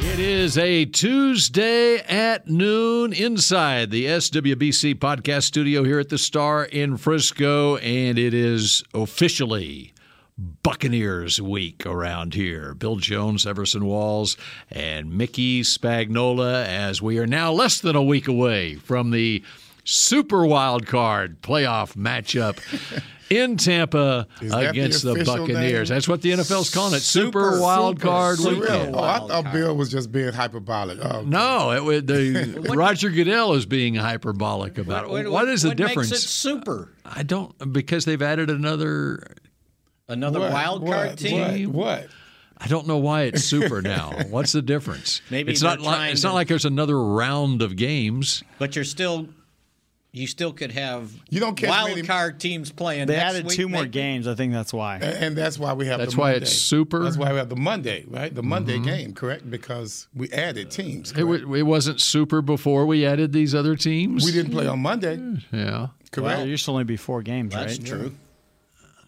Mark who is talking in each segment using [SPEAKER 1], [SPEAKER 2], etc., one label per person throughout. [SPEAKER 1] It is a Tuesday at noon inside the SWBC podcast studio here at the Star in Frisco, and it is officially Buccaneers week around here. Bill Jones, Everson Walls, and Mickey Spagnola, as we are now less than a week away from the super wild card playoff matchup. In Tampa
[SPEAKER 2] that the
[SPEAKER 1] against the,
[SPEAKER 2] official
[SPEAKER 1] Buccaneers.
[SPEAKER 2] name?
[SPEAKER 1] That's what the NFL's calling it. Super, Wild Card
[SPEAKER 2] Super
[SPEAKER 1] Weekend.
[SPEAKER 2] Oh, I thought Bill was just being hyperbolic. Oh,
[SPEAKER 1] No, it would. The, Roger Goodell is being hyperbolic about it. what is the
[SPEAKER 3] what
[SPEAKER 1] difference?
[SPEAKER 3] Makes it super.
[SPEAKER 1] I don't because they've added another.
[SPEAKER 3] Another
[SPEAKER 2] what,
[SPEAKER 3] wild
[SPEAKER 2] what,
[SPEAKER 3] card team.
[SPEAKER 2] What? what?
[SPEAKER 1] I don't know why it's super now. What's the difference?
[SPEAKER 3] Maybe
[SPEAKER 1] it's
[SPEAKER 3] they're
[SPEAKER 1] not like
[SPEAKER 3] trying
[SPEAKER 1] it's
[SPEAKER 3] to-
[SPEAKER 1] not like there's another round of games.
[SPEAKER 3] But you're still, you still could have
[SPEAKER 2] You don't catch
[SPEAKER 3] wild
[SPEAKER 2] many-
[SPEAKER 3] card teams playing.
[SPEAKER 4] They
[SPEAKER 3] next
[SPEAKER 4] added
[SPEAKER 3] week,
[SPEAKER 4] two more
[SPEAKER 3] maybe.
[SPEAKER 4] games. I think that's why.
[SPEAKER 2] And, and that's why we have.
[SPEAKER 1] That's
[SPEAKER 2] the
[SPEAKER 1] why
[SPEAKER 2] Monday.
[SPEAKER 1] it's super? Mm-hmm.
[SPEAKER 2] That's why we have the Monday, right? The Monday game, correct? Because we added teams.
[SPEAKER 1] It,
[SPEAKER 2] correct?
[SPEAKER 1] wa- it wasn't super before we added these other teams.
[SPEAKER 2] we didn't play on Monday,
[SPEAKER 1] Yeah.
[SPEAKER 2] correct?
[SPEAKER 4] There used to only be four games,
[SPEAKER 3] That's
[SPEAKER 4] right?
[SPEAKER 3] true.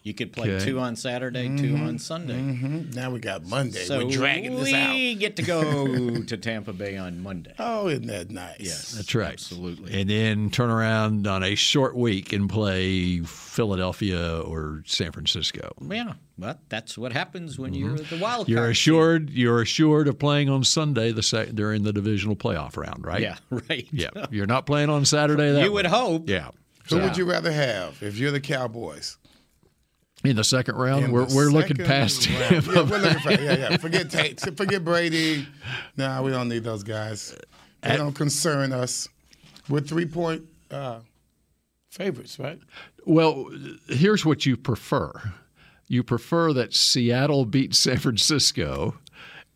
[SPEAKER 3] You could play
[SPEAKER 1] Okay.
[SPEAKER 3] two on Saturday, two
[SPEAKER 2] Mm-hmm.
[SPEAKER 3] on Sunday.
[SPEAKER 2] now we got Monday.
[SPEAKER 3] So
[SPEAKER 2] We're dragging
[SPEAKER 3] we
[SPEAKER 2] this out.
[SPEAKER 3] get to go to Tampa Bay on Monday.
[SPEAKER 2] Oh, isn't that nice? Yes.
[SPEAKER 1] That's right. Absolutely. And then turn around on a short week and play Philadelphia or San Francisco.
[SPEAKER 3] Yeah, but that's what happens when you're the wild card.
[SPEAKER 1] Mm-hmm. You're assured. You're assured of playing on Sunday the sec- during the divisional playoff round, right?
[SPEAKER 3] Yeah, right.
[SPEAKER 1] Yeah. You're not playing on Saturday. That
[SPEAKER 3] You would
[SPEAKER 1] way.
[SPEAKER 3] hope.
[SPEAKER 1] Yeah.
[SPEAKER 2] Who
[SPEAKER 1] So-
[SPEAKER 2] would you rather have if you're the Cowboys?
[SPEAKER 1] in the second round?
[SPEAKER 2] In
[SPEAKER 1] we're
[SPEAKER 2] the
[SPEAKER 1] we're looking
[SPEAKER 2] second
[SPEAKER 1] past
[SPEAKER 2] round.
[SPEAKER 1] him.
[SPEAKER 2] Yeah, we're looking for, yeah, yeah. Forget Tate. Forget Brady. Nah, we don't need those guys. They don't concern us. We're three point uh, favorites, right?
[SPEAKER 1] Well, here's what you prefer. You prefer that Seattle beat San Francisco,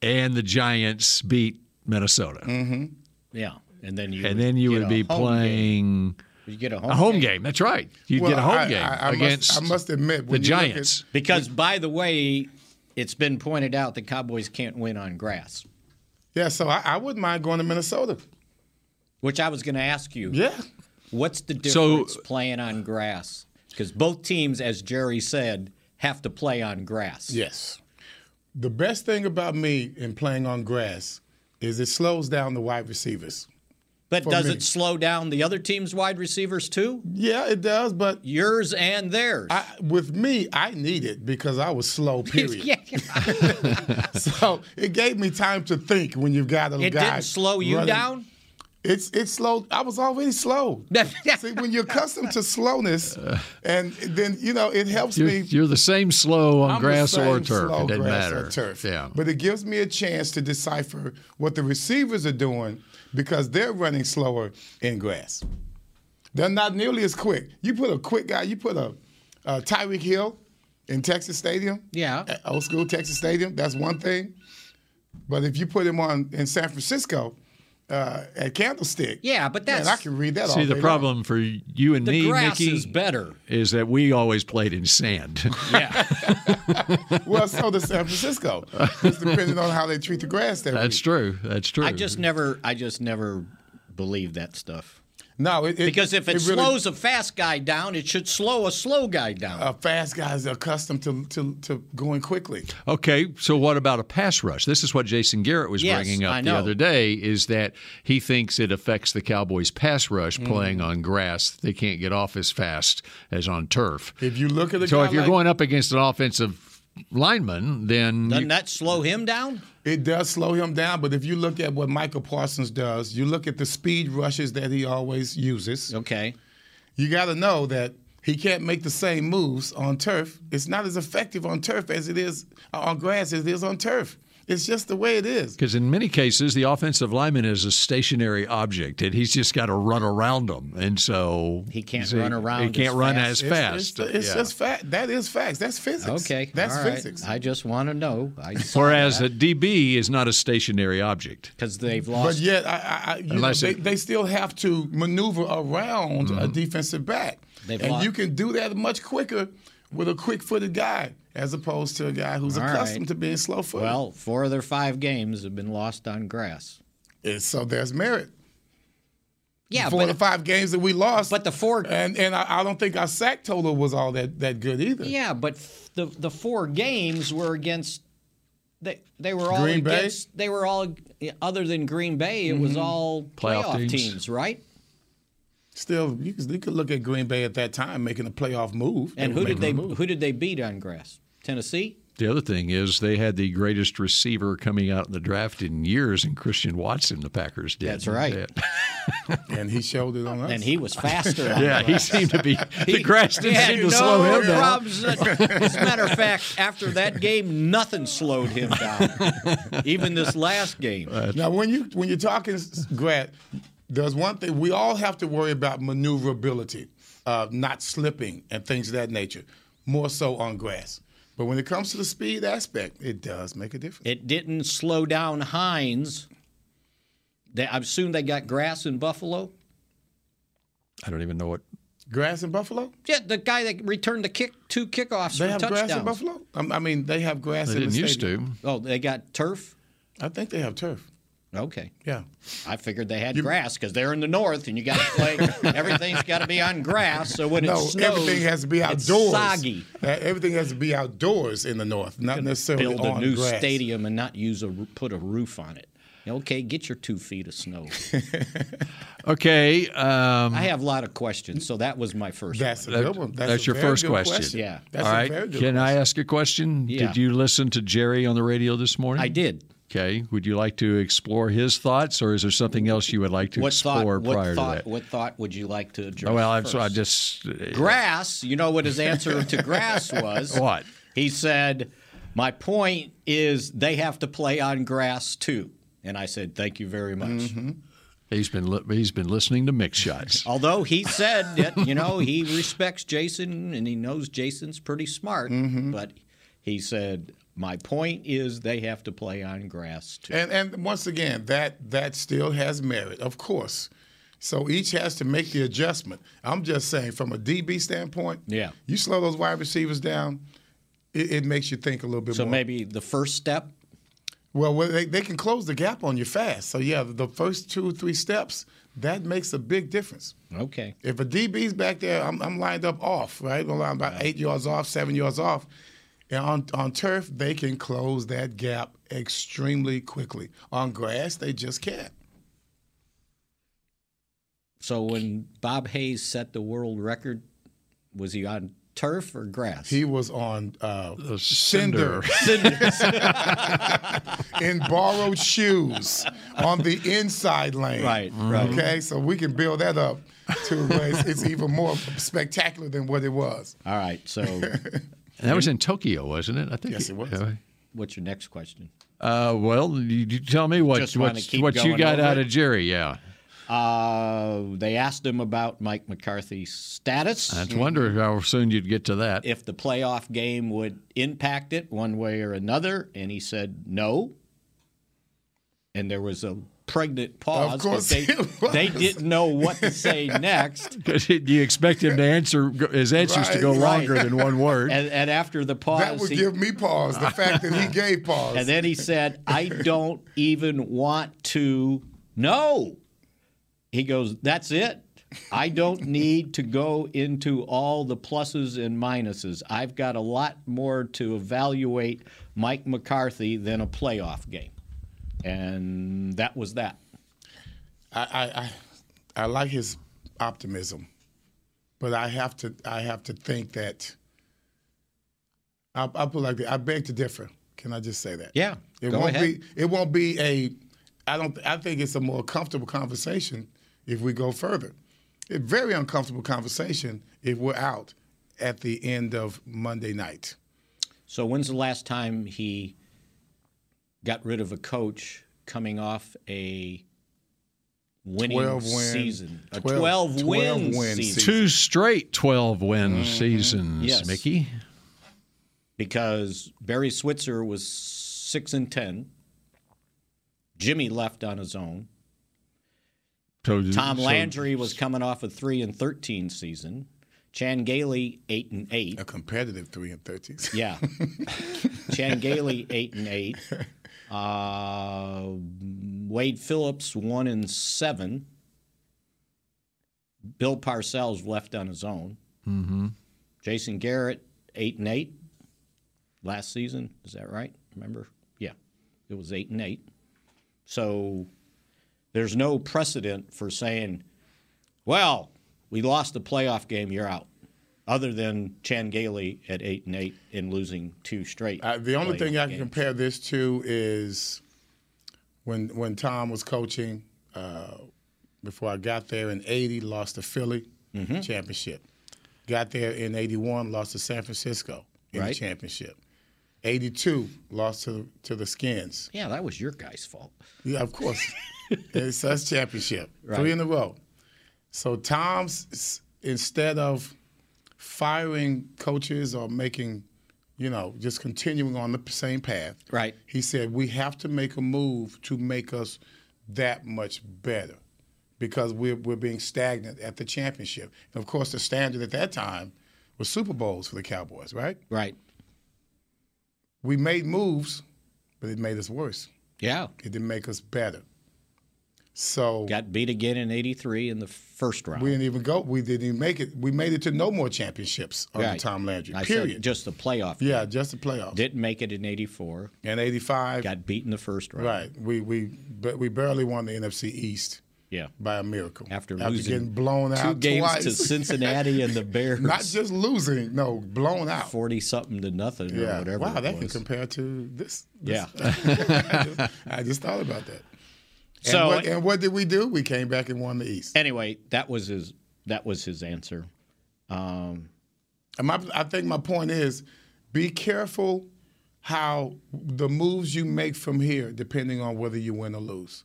[SPEAKER 1] and the Giants beat Minnesota,
[SPEAKER 2] Mm-hmm.
[SPEAKER 3] Yeah, and then you
[SPEAKER 1] and then you
[SPEAKER 3] get
[SPEAKER 1] would
[SPEAKER 3] a
[SPEAKER 1] be
[SPEAKER 3] home
[SPEAKER 1] playing
[SPEAKER 3] game. You get a home,
[SPEAKER 1] a home
[SPEAKER 3] game.
[SPEAKER 1] game. That's right. You'd
[SPEAKER 2] Well,
[SPEAKER 1] get a home
[SPEAKER 2] I-
[SPEAKER 1] game
[SPEAKER 2] I- I must-
[SPEAKER 1] against
[SPEAKER 2] I must admit,
[SPEAKER 1] the
[SPEAKER 2] when you look at-
[SPEAKER 1] Giants.
[SPEAKER 3] because by the way, it's been pointed out the Cowboys can't win on grass,
[SPEAKER 2] Yeah, so I, I wouldn't mind going to Minnesota.
[SPEAKER 3] which I was going to ask you.
[SPEAKER 2] Yeah.
[SPEAKER 3] What's the
[SPEAKER 1] So-
[SPEAKER 3] difference playing on grass? Because both teams, as Jerry said, have to play on grass.
[SPEAKER 2] Yes. The best thing about me in playing on grass is it slows down the wide receivers.
[SPEAKER 3] but does
[SPEAKER 2] me.
[SPEAKER 3] it slow down the other team's wide receivers too?
[SPEAKER 2] Yeah, it does, but
[SPEAKER 3] Yours and theirs.
[SPEAKER 2] I, with me, I need it because I was slow. Period.
[SPEAKER 3] yeah.
[SPEAKER 2] So it gave me time to think when you've got a
[SPEAKER 3] It
[SPEAKER 2] guy.
[SPEAKER 3] didn't slow you
[SPEAKER 2] running-
[SPEAKER 3] down.
[SPEAKER 2] It's it's slow. I was already slow. See, when you're accustomed to slowness, and then you know it helps
[SPEAKER 1] You're,
[SPEAKER 2] me.
[SPEAKER 1] you're the same slow on
[SPEAKER 2] I'm the
[SPEAKER 1] grass or
[SPEAKER 2] same
[SPEAKER 1] turf.
[SPEAKER 2] slow
[SPEAKER 1] It doesn't
[SPEAKER 2] grass or
[SPEAKER 1] matter.
[SPEAKER 2] turf.
[SPEAKER 1] Yeah.
[SPEAKER 2] But it gives me a chance to decipher what the receivers are doing because they're running slower in grass. They're not nearly as quick. You put a quick guy. You put a, a Tyreek Hill in Texas Stadium.
[SPEAKER 3] Yeah.
[SPEAKER 2] at Old school Texas Stadium. That's one thing. But if you put him on in San Francisco uh, at Candlestick,
[SPEAKER 3] Yeah, but
[SPEAKER 2] man,
[SPEAKER 3] that's-
[SPEAKER 2] I can read that.
[SPEAKER 1] See,
[SPEAKER 2] all
[SPEAKER 1] the
[SPEAKER 2] day
[SPEAKER 1] problem for you and
[SPEAKER 3] The
[SPEAKER 1] me,
[SPEAKER 3] grass
[SPEAKER 1] Mickey,
[SPEAKER 3] is better.
[SPEAKER 1] is that we always played in sand.
[SPEAKER 3] Yeah.
[SPEAKER 2] long. Well, so does San Francisco. It's depending on how they treat the grass there.
[SPEAKER 1] That's true. That's true.
[SPEAKER 3] I just never I just never believed that stuff.
[SPEAKER 2] no, it, it-
[SPEAKER 3] Because if it,
[SPEAKER 2] really-
[SPEAKER 3] slows a fast guy down, it should slow a slow guy down.
[SPEAKER 2] a fast guy's accustomed to, to to going quickly.
[SPEAKER 1] Okay, so what about a pass rush? This is what Jason Garrett was
[SPEAKER 3] Yes,
[SPEAKER 1] bringing
[SPEAKER 3] I
[SPEAKER 1] up the
[SPEAKER 3] know.
[SPEAKER 1] other day is that he thinks it affects the Cowboys pass rush
[SPEAKER 3] Mm.
[SPEAKER 1] playing on grass. They can't get off as fast as on turf.
[SPEAKER 2] If you look at the
[SPEAKER 1] So
[SPEAKER 2] guy
[SPEAKER 1] if you're
[SPEAKER 2] like-
[SPEAKER 1] going up against an offensive lineman, then
[SPEAKER 3] Doesn't
[SPEAKER 1] you-
[SPEAKER 3] that slow him down?
[SPEAKER 2] It does slow him down, but if you look at what Michael Parsons does, you look at the speed rushes that he always uses.
[SPEAKER 3] Okay.
[SPEAKER 2] You got to know that he can't make the same moves on turf. It's not uh, as effective on turf as it is on grass as it is on turf. It's just the way it is.
[SPEAKER 1] Because in many cases, the offensive lineman is a stationary object, and he's just got to run around them, and so
[SPEAKER 3] He can't
[SPEAKER 1] so
[SPEAKER 3] run around
[SPEAKER 1] He can't
[SPEAKER 3] as
[SPEAKER 1] run
[SPEAKER 3] fast.
[SPEAKER 1] as
[SPEAKER 2] It's-
[SPEAKER 1] fast.
[SPEAKER 2] It's, it's
[SPEAKER 1] Yeah.
[SPEAKER 2] just fact. That is facts. That's physics.
[SPEAKER 3] Okay.
[SPEAKER 2] That's
[SPEAKER 3] all right.
[SPEAKER 2] physics.
[SPEAKER 3] I just want to know. I saw
[SPEAKER 1] Whereas a
[SPEAKER 3] that
[SPEAKER 1] DB is not a stationary object.
[SPEAKER 3] because they've
[SPEAKER 2] But
[SPEAKER 3] lost.
[SPEAKER 2] yet, I, I, I, you know,
[SPEAKER 1] Unless
[SPEAKER 2] they,
[SPEAKER 1] it- Mm-hmm.
[SPEAKER 2] they still have to maneuver around a defensive back,
[SPEAKER 3] They've
[SPEAKER 2] and
[SPEAKER 3] lost-
[SPEAKER 2] you can do that much quicker with a quick-footed guy as opposed to a guy who's
[SPEAKER 3] All right.
[SPEAKER 2] accustomed to being slow-footed.
[SPEAKER 3] well, four of their five games have been lost on grass.
[SPEAKER 2] And so there's merit.
[SPEAKER 3] Yeah,
[SPEAKER 2] four
[SPEAKER 3] but
[SPEAKER 2] of the five games that we lost,
[SPEAKER 3] but the four-
[SPEAKER 2] and and I, I don't think our sack total was all that that good either.
[SPEAKER 3] Yeah, but f- the the four games were against they they were all
[SPEAKER 2] Green Bay?
[SPEAKER 3] against they were all other than Green Bay, it was all
[SPEAKER 1] Playoff
[SPEAKER 3] playoff,
[SPEAKER 1] teams.
[SPEAKER 3] teams. right?
[SPEAKER 2] Still, you could, you could look at Green Bay at that time making a playoff move.
[SPEAKER 3] And
[SPEAKER 2] were
[SPEAKER 3] who did they
[SPEAKER 2] making a move.
[SPEAKER 3] who did they beat on grass? Tennessee?
[SPEAKER 1] The other thing is they had the greatest receiver coming out in the draft in years, and Christian Watson, the Packers did.
[SPEAKER 3] That's right.
[SPEAKER 2] And he showed it on us.
[SPEAKER 3] And he was faster. on
[SPEAKER 1] Yeah, he
[SPEAKER 3] grass.
[SPEAKER 1] seemed to be. The grass didn't
[SPEAKER 3] He had
[SPEAKER 1] seem to
[SPEAKER 3] no
[SPEAKER 1] slow him down.
[SPEAKER 3] problems. As a matter of fact, after that game, nothing slowed him down. Even this last game.
[SPEAKER 2] Now, when you when you're talking grad, there's one thing we all have to worry about: maneuverability, uh, not slipping, and things of that nature. More so on grass, but when it comes to the speed aspect, it does make a difference.
[SPEAKER 3] It didn't slow down Hines. They, I assume they got grass in Buffalo.
[SPEAKER 1] I don't even know what.
[SPEAKER 2] grass in Buffalo,
[SPEAKER 3] Yeah, the guy that returned the kick two kickoffs
[SPEAKER 2] they
[SPEAKER 3] for
[SPEAKER 2] have
[SPEAKER 3] touchdowns.
[SPEAKER 2] grass in Buffalo. Um, I mean, they have grass.
[SPEAKER 1] They
[SPEAKER 2] in
[SPEAKER 1] didn't
[SPEAKER 2] the
[SPEAKER 1] used to.
[SPEAKER 3] Oh, they got turf.
[SPEAKER 2] to. I think they have turf.
[SPEAKER 3] Okay,
[SPEAKER 2] Yeah.
[SPEAKER 3] I figured they had grass because they're in the north, and you got to play. everything's got to be on grass, so when
[SPEAKER 2] No,
[SPEAKER 3] it snows,
[SPEAKER 2] everything has to be
[SPEAKER 3] it's
[SPEAKER 2] outdoors.
[SPEAKER 3] soggy.
[SPEAKER 2] Uh, everything has to be outdoors in the north, not necessarily
[SPEAKER 3] Build
[SPEAKER 2] on
[SPEAKER 3] a new
[SPEAKER 2] grass.
[SPEAKER 3] stadium and not use a roo- put a roof on it. Okay, get your two feet of snow.
[SPEAKER 1] Okay, um,
[SPEAKER 3] I have a lot of questions, so that was my first.
[SPEAKER 2] That's a
[SPEAKER 1] That-
[SPEAKER 2] good one. That's,
[SPEAKER 1] that's
[SPEAKER 2] a
[SPEAKER 1] your
[SPEAKER 2] very
[SPEAKER 1] first
[SPEAKER 2] good
[SPEAKER 1] question.
[SPEAKER 3] Yeah.
[SPEAKER 2] That's
[SPEAKER 1] all
[SPEAKER 2] a
[SPEAKER 1] right.
[SPEAKER 2] very good
[SPEAKER 1] Can I ask a question?
[SPEAKER 3] Yeah.
[SPEAKER 1] Did you listen to Jerry on the radio this morning?
[SPEAKER 3] one. I did.
[SPEAKER 1] Okay. Would you like to explore his thoughts, or is there something else you would like to
[SPEAKER 3] What thought?
[SPEAKER 1] explore prior
[SPEAKER 3] What thought?
[SPEAKER 1] to that?
[SPEAKER 3] What thought would you like to address?
[SPEAKER 1] Oh, well, I'm, so I
[SPEAKER 3] first?
[SPEAKER 1] just
[SPEAKER 3] grass. You know what his answer to grass was?
[SPEAKER 1] What?
[SPEAKER 3] He said, My point is they have to play on grass too. And I said, Thank you very much.
[SPEAKER 1] he's been li- he's been listening to mix shots.
[SPEAKER 3] Although he said that, you know, he respects Jason and he knows Jason's pretty smart, but he said, My point is they have to play on grass too.
[SPEAKER 2] And and once again, that that still has merit, of course. So each has to make the adjustment. I'm just saying, from a DB standpoint,
[SPEAKER 3] Yeah.
[SPEAKER 2] you slow those wide receivers down, it, it makes you think a little bit
[SPEAKER 3] So
[SPEAKER 2] more.
[SPEAKER 3] maybe the first step,
[SPEAKER 2] well, well, they, they can close the gap on you fast. So yeah, the first two or three steps that makes a big difference.
[SPEAKER 3] okay.
[SPEAKER 2] If a DB's back there, I'm, I'm lined up off, right? I'm lined about eight yards off, seven yards off. And on, on turf, they can close that gap extremely quickly. On grass, they just can't.
[SPEAKER 3] So when Bob Hayes set the world record, was he on turf or grass?
[SPEAKER 2] He was on uh,
[SPEAKER 1] cinder.
[SPEAKER 2] cinder, in borrowed shoes on the inside lane.
[SPEAKER 3] Right, right.
[SPEAKER 2] Okay, so we can build that up to where it's, it's even more spectacular than what it was.
[SPEAKER 3] All right. So
[SPEAKER 1] And that was in Tokyo, wasn't it? I think.
[SPEAKER 2] Yes, it was.
[SPEAKER 3] what's your next question?
[SPEAKER 1] Uh, well, you, you tell me what
[SPEAKER 3] Just wanna
[SPEAKER 1] what,
[SPEAKER 3] keep
[SPEAKER 1] what you
[SPEAKER 3] going
[SPEAKER 1] got
[SPEAKER 3] over
[SPEAKER 1] out
[SPEAKER 3] it?
[SPEAKER 1] of Jerry. Yeah,
[SPEAKER 3] Uh, they asked him about Mike McCarthy's status,
[SPEAKER 1] I just wonder how soon you'd get to that.
[SPEAKER 3] Hmm. if the playoff game would impact it one way or another, and he said no. And there was a pregnant pause. 'cause
[SPEAKER 2] course
[SPEAKER 3] they,
[SPEAKER 2] it was.
[SPEAKER 3] they didn't know what to say next.
[SPEAKER 1] you expect him to answer his answers to go
[SPEAKER 2] Right,
[SPEAKER 3] right.
[SPEAKER 1] longer than one word.
[SPEAKER 3] And, and after the pause,
[SPEAKER 2] That would
[SPEAKER 3] he-
[SPEAKER 2] give me pause, the fact that he gave pause.
[SPEAKER 3] Oh, And then he said, I don't even want to know. He goes, That's it. I don't need to go into all the pluses and minuses. I've got a lot more to evaluate Mike McCarthy than a playoff game. And that was that.
[SPEAKER 2] I, I, I, I like his optimism, but I have to I have to think that. I, I put it like that. I beg to differ. Can I just say that?
[SPEAKER 3] Yeah,
[SPEAKER 2] It
[SPEAKER 3] go
[SPEAKER 2] won't
[SPEAKER 3] ahead.
[SPEAKER 2] be. It won't be a. I don't. I think it's a more comfortable conversation if we go further. A very uncomfortable conversation if we're out at the end of Monday night.
[SPEAKER 3] So, when's the last time he got rid of a coach coming off a winning
[SPEAKER 2] 12 win-
[SPEAKER 3] season, a
[SPEAKER 2] 12
[SPEAKER 3] twelve, win,
[SPEAKER 2] 12 win
[SPEAKER 3] season,
[SPEAKER 2] season.
[SPEAKER 1] Two straight 12 win seasons,
[SPEAKER 3] Mm-hmm. Yes.
[SPEAKER 1] Mickey.
[SPEAKER 3] because Barry Switzer was six and ten. Jimmy left on his own.
[SPEAKER 1] So,
[SPEAKER 3] Tom
[SPEAKER 1] so-
[SPEAKER 3] Landry was coming off a three and thirteen season. Chan Gailey eight and eight.
[SPEAKER 2] A competitive three and thirteen.
[SPEAKER 3] Yeah. Chan Gailey eight and eight. Uh, Wade Phillips one and seven. Bill Parcells left on his own. Mm-hmm. Jason Garrett eight and eight last season. Is that right? Remember? Yeah, it was eight and eight. So there's no precedent for saying, well, we lost a playoff game, you're out. Other than Chan Gailey at eight and eight and losing two straight.
[SPEAKER 2] Uh, the only
[SPEAKER 3] playoff
[SPEAKER 2] thing I can
[SPEAKER 3] games.
[SPEAKER 2] compare this to is when when Tom was coaching uh, before I got there in '80, lost to Philly championship. Got there in '81, lost to San Francisco in the
[SPEAKER 3] Right.
[SPEAKER 2] championship. '82, lost to to the Skins.
[SPEAKER 3] Yeah, that was your guy's fault.
[SPEAKER 2] Yeah, of course. it's us championship. Three in a row. So Tom's s- instead of firing coaches or making, you know, just continuing on the p- same path.
[SPEAKER 3] Right.
[SPEAKER 2] He said we have to make a move to make us that much better because we're we're being stagnant at the championship. And of course the standard at that time was Super Bowls for the Cowboys, right?
[SPEAKER 3] Right.
[SPEAKER 2] We made moves, but it made us worse.
[SPEAKER 3] Yeah.
[SPEAKER 2] It didn't make us better. So
[SPEAKER 3] Got beat again in 83 in the first round.
[SPEAKER 2] We didn't even go. We didn't even make it. We made it to no more championships under
[SPEAKER 3] Right.
[SPEAKER 2] Tom Landry.
[SPEAKER 3] I
[SPEAKER 2] period.
[SPEAKER 3] Said just the playoff.
[SPEAKER 2] yeah, just the playoffs.
[SPEAKER 3] Didn't make it in 84.
[SPEAKER 2] and '85,
[SPEAKER 3] Got beat in the first round.
[SPEAKER 2] right? We we but we barely won the NFC East
[SPEAKER 3] Yeah.
[SPEAKER 2] by a miracle
[SPEAKER 3] After, losing
[SPEAKER 2] getting blown
[SPEAKER 3] two
[SPEAKER 2] out
[SPEAKER 3] games
[SPEAKER 2] twice.
[SPEAKER 3] to Cincinnati and the Bears.
[SPEAKER 2] Not just losing, no, blown out.
[SPEAKER 3] 40 something to nothing or
[SPEAKER 2] yeah.
[SPEAKER 3] whatever.
[SPEAKER 2] Wow,
[SPEAKER 3] it
[SPEAKER 2] that can
[SPEAKER 3] was.
[SPEAKER 2] compare to this. this.
[SPEAKER 3] Yeah.
[SPEAKER 2] I, just, I just thought about that. And,
[SPEAKER 3] So-
[SPEAKER 2] what, and what did we do? We came back and won the East.
[SPEAKER 3] anyway, that was his that was his answer. Um,
[SPEAKER 2] And my, I think my point is be careful how the moves you make from here, depending on whether you win or lose.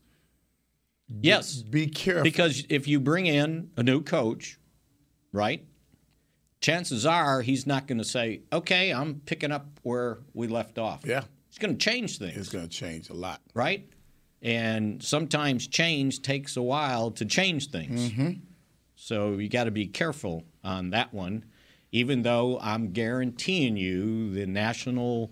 [SPEAKER 3] yes,
[SPEAKER 2] Be careful.
[SPEAKER 3] because if you bring in a new coach, right? Chances are he's not going to say, "Okay, I'm picking up where we left off."
[SPEAKER 2] Yeah.
[SPEAKER 3] he's going to change things,
[SPEAKER 2] it's going to change a lot.
[SPEAKER 3] right? And sometimes change takes a while to change things.
[SPEAKER 2] Mm-hmm.
[SPEAKER 3] So you got to be careful on that one, even though I'm guaranteeing you the national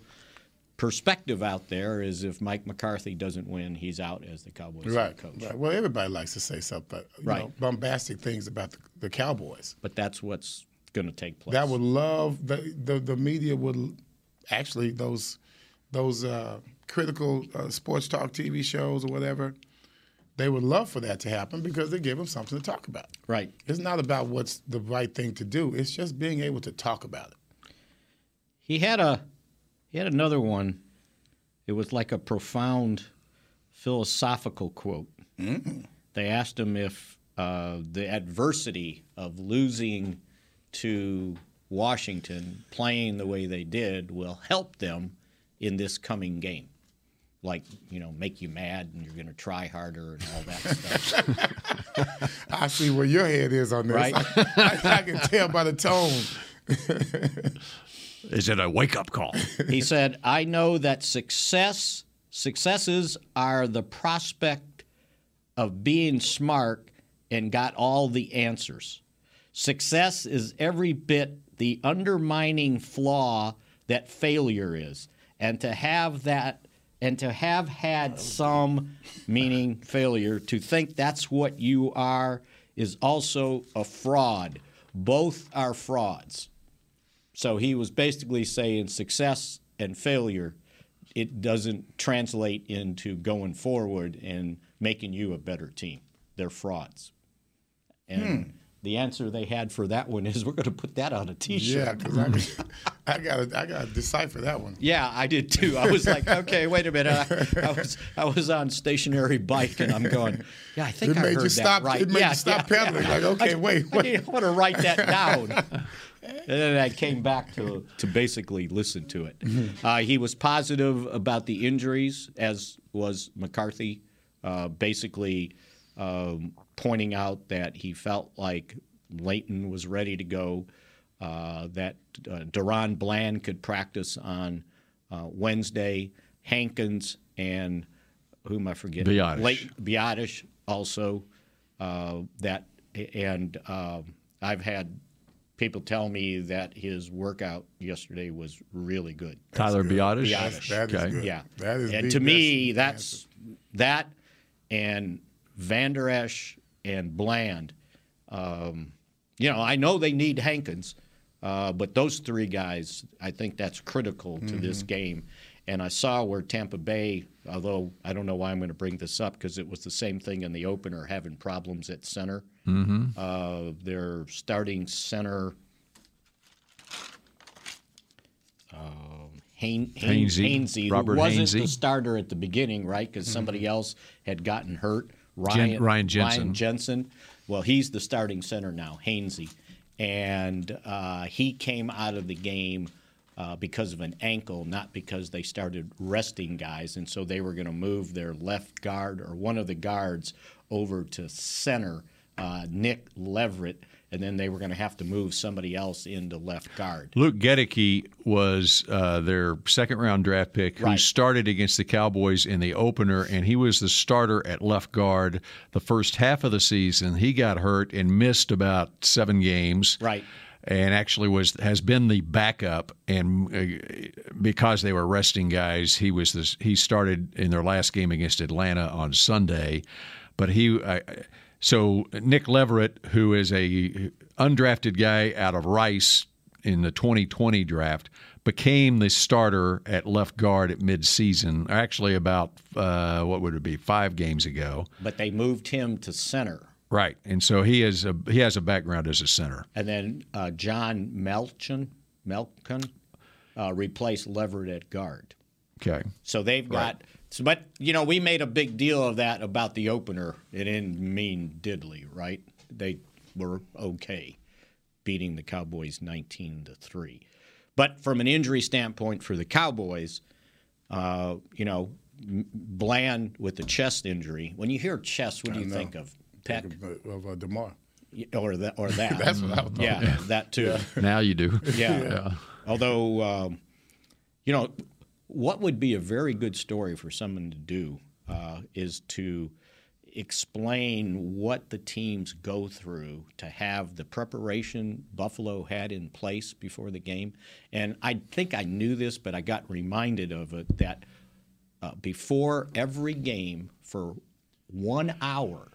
[SPEAKER 3] perspective out there is if Mike McCarthy doesn't win, he's out as the Cowboys head
[SPEAKER 2] Right.
[SPEAKER 3] coach.
[SPEAKER 2] right. Well, everybody likes to say something, you know,
[SPEAKER 3] Right.
[SPEAKER 2] bombastic things about the, the Cowboys.
[SPEAKER 3] But that's what's going to take place.
[SPEAKER 2] That would love the, the the media would actually those those uh, critical uh, sports talk TV shows or whatever. They would love for that to happen because they give them something to talk about.
[SPEAKER 3] right.
[SPEAKER 2] It's not about what's the right thing to do. It's just being able to talk about it.
[SPEAKER 3] He had a he had another one. It was like a profound philosophical quote. They asked him if uh, the adversity of losing to Washington, playing the way they did, will help them in this coming game. Like you know, make you mad, and you're going to try harder and all that stuff.
[SPEAKER 2] I see where your head is on this.
[SPEAKER 3] Right.
[SPEAKER 2] I, I can tell by the tone.
[SPEAKER 1] Is it a wake up call?
[SPEAKER 3] he said, "I know that success successes are the prospect of being smart and got all the answers. Success is every bit the undermining flaw that failure is, and to have that." And to have had some meaning failure, to think that's what you are is also a fraud. Both are frauds. So he was basically saying success and failure, it doesn't translate into going forward and making you a better team. They're frauds. And the answer they had for that one is we're going to put that on a T-shirt.
[SPEAKER 2] Hmm. Yeah, because I, I got I got to decipher that one.
[SPEAKER 3] Yeah, I did too. I was like, okay, wait a minute. I, I was I was on stationary bike, and I'm going. Yeah, I think
[SPEAKER 2] It
[SPEAKER 3] I
[SPEAKER 2] made
[SPEAKER 3] heard
[SPEAKER 2] you
[SPEAKER 3] that
[SPEAKER 2] stop.
[SPEAKER 3] right.
[SPEAKER 2] It made
[SPEAKER 3] yeah,
[SPEAKER 2] you stop
[SPEAKER 3] yeah,
[SPEAKER 2] pedaling.
[SPEAKER 3] yeah.
[SPEAKER 2] Like, okay, wait,
[SPEAKER 3] I,
[SPEAKER 2] wait.
[SPEAKER 3] didn't want to write that down. and then I came back to to basically listen to it. Uh, he was positive about the injuries, as was McCarthy. Uh, basically, um, pointing out that he felt like Leighton was ready to go. Uh, that uh, Duran Bland could practice on uh, Wednesday. Hankins and who am I forgetting?
[SPEAKER 1] Biotis.
[SPEAKER 3] Leighton- Biotish also uh, that and um, I've had people tell me that his workout yesterday was really good.
[SPEAKER 1] Tyler Biotis.
[SPEAKER 3] Biotis.
[SPEAKER 2] That is
[SPEAKER 1] Okay.
[SPEAKER 2] good.
[SPEAKER 3] Yeah,
[SPEAKER 2] That is
[SPEAKER 3] and
[SPEAKER 2] the
[SPEAKER 3] to me
[SPEAKER 2] best
[SPEAKER 3] that's that and Van Der Esch and Bland. Um, you know, I know they need Hankins, uh, but those three guys, I think that's critical to
[SPEAKER 2] Mm-hmm.
[SPEAKER 3] this game. And I saw where Tampa Bay, although I don't know why I'm going to bring this up because it was the same thing in the opener, having problems at center. Uh, their starting center, um, Hain, Hain,
[SPEAKER 1] Hainsey,
[SPEAKER 3] Hainsey, who
[SPEAKER 1] Robert
[SPEAKER 3] wasn't
[SPEAKER 1] Hainsey. Mm-hmm.
[SPEAKER 3] the starter at the beginning, right? Because somebody else had gotten hurt. Ryan,
[SPEAKER 1] Ryan Jensen.
[SPEAKER 3] Jensen. Well, he's the starting center now, Hainsey. And uh, he came out of the game uh, because of an ankle, not because they started resting guys. And so they were going to move their left guard or one of the guards over to center, uh, Nick Leverett. And then they were going to have to move somebody else into left guard.
[SPEAKER 1] Luke Gedeke was uh, their second round draft pick who
[SPEAKER 3] Right.
[SPEAKER 1] started against the Cowboys in the opener, and he was the starter at left guard the first half of the season. He got hurt and missed about seven games.
[SPEAKER 3] Right.
[SPEAKER 1] And actually was has been the backup, and uh, because they were resting guys, he was this. He started in their last game against Atlanta on Sunday, but he I, so Nick Leverett, who is a undrafted guy out of Rice, in the 2020 draft became the starter at left guard at midseason, actually about uh, what would it be five games ago,
[SPEAKER 3] But they moved him to center.
[SPEAKER 1] right? And so he is a he has a background as a center.
[SPEAKER 3] And then uh, John Melchin, Melkin uh, replaced Leverett at guard.
[SPEAKER 1] Okay,
[SPEAKER 3] So they've got. So, but you know, we made a big deal of that about the opener. It didn't mean diddly, right? They were okay, beating the Cowboys nineteen to three. But from an injury standpoint for the Cowboys, uh, you know, M- Bland with the chest injury. When you hear chest, what do you think of? Peck
[SPEAKER 2] Of uh, Demar.
[SPEAKER 3] or that or that?
[SPEAKER 2] That's what I was
[SPEAKER 3] yeah, that too.
[SPEAKER 1] now you do.
[SPEAKER 3] Yeah. Although, um, you know, what would be a very good story for someone to do uh, is to explain what the teams go through to have the preparation Buffalo had in place before the game. And I think I knew this, but I got reminded of it that uh, before every game for one hour,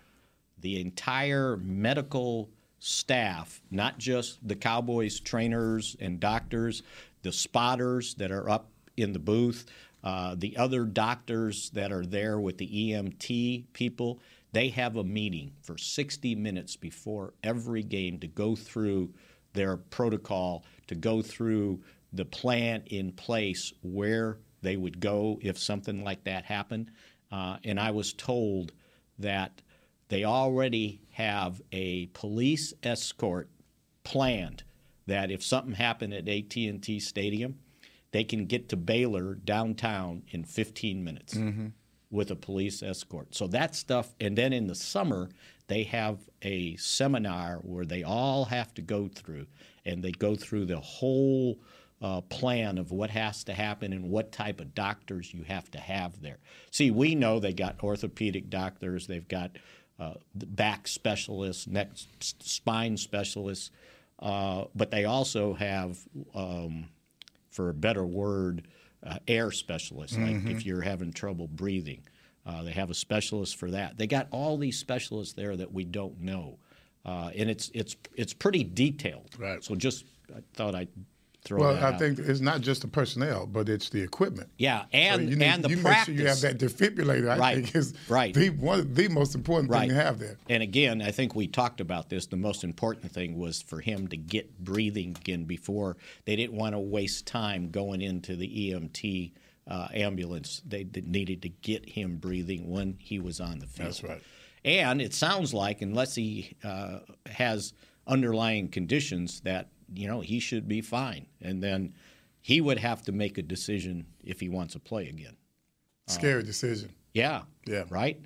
[SPEAKER 3] the entire medical staff, not just the Cowboys trainers and doctors, the spotters that are up in the booth, uh, the other doctors that are there with the EMT people, they have a meeting for 60 minutes before every game to go through their protocol, to go through the plan in place where they would go if something like that happened. Uh, and I was told that they already have a police escort planned that if something happened at AT&T Stadium, they can get to Baylor downtown in 15 minutes with a police escort. So that stuff, and then in the summer, they have a seminar where they all have to go through, and they go through the whole uh, plan of what has to happen and what type of doctors you have to have there. See, we know they got orthopedic doctors, they've got uh, back specialists, neck, s- spine specialists, uh, but they also have. Um, for a better word, uh, air specialist.
[SPEAKER 2] Mm-hmm.
[SPEAKER 3] Like if you're having trouble breathing, uh, they have a specialist for that. They got all these specialists there that we don't know, uh, and it's it's it's pretty detailed. Right. So just I thought I throw
[SPEAKER 2] Well,
[SPEAKER 3] that
[SPEAKER 2] I
[SPEAKER 3] out.
[SPEAKER 2] think it's not just the personnel, but it's the equipment.
[SPEAKER 3] Yeah,
[SPEAKER 2] So
[SPEAKER 3] and
[SPEAKER 2] you need-
[SPEAKER 3] and the
[SPEAKER 2] you
[SPEAKER 3] practice.
[SPEAKER 2] make sure you have that defibrillator. I
[SPEAKER 3] Right,
[SPEAKER 2] think is
[SPEAKER 3] right.
[SPEAKER 2] the, one of the most important
[SPEAKER 3] Right.
[SPEAKER 2] thing you have there.
[SPEAKER 3] And again, I think we talked about this. The most important thing was for him to get breathing again before they didn't want to waste time going into the EMT uh, ambulance. They, they needed to get him breathing when he was on the field.
[SPEAKER 2] That's right.
[SPEAKER 3] And it sounds like, unless he uh, has underlying conditions, that you know he should be fine. And then he would have to make a decision if he wants to play again.
[SPEAKER 2] Scary decision.
[SPEAKER 3] Yeah.
[SPEAKER 2] Yeah.
[SPEAKER 3] Right.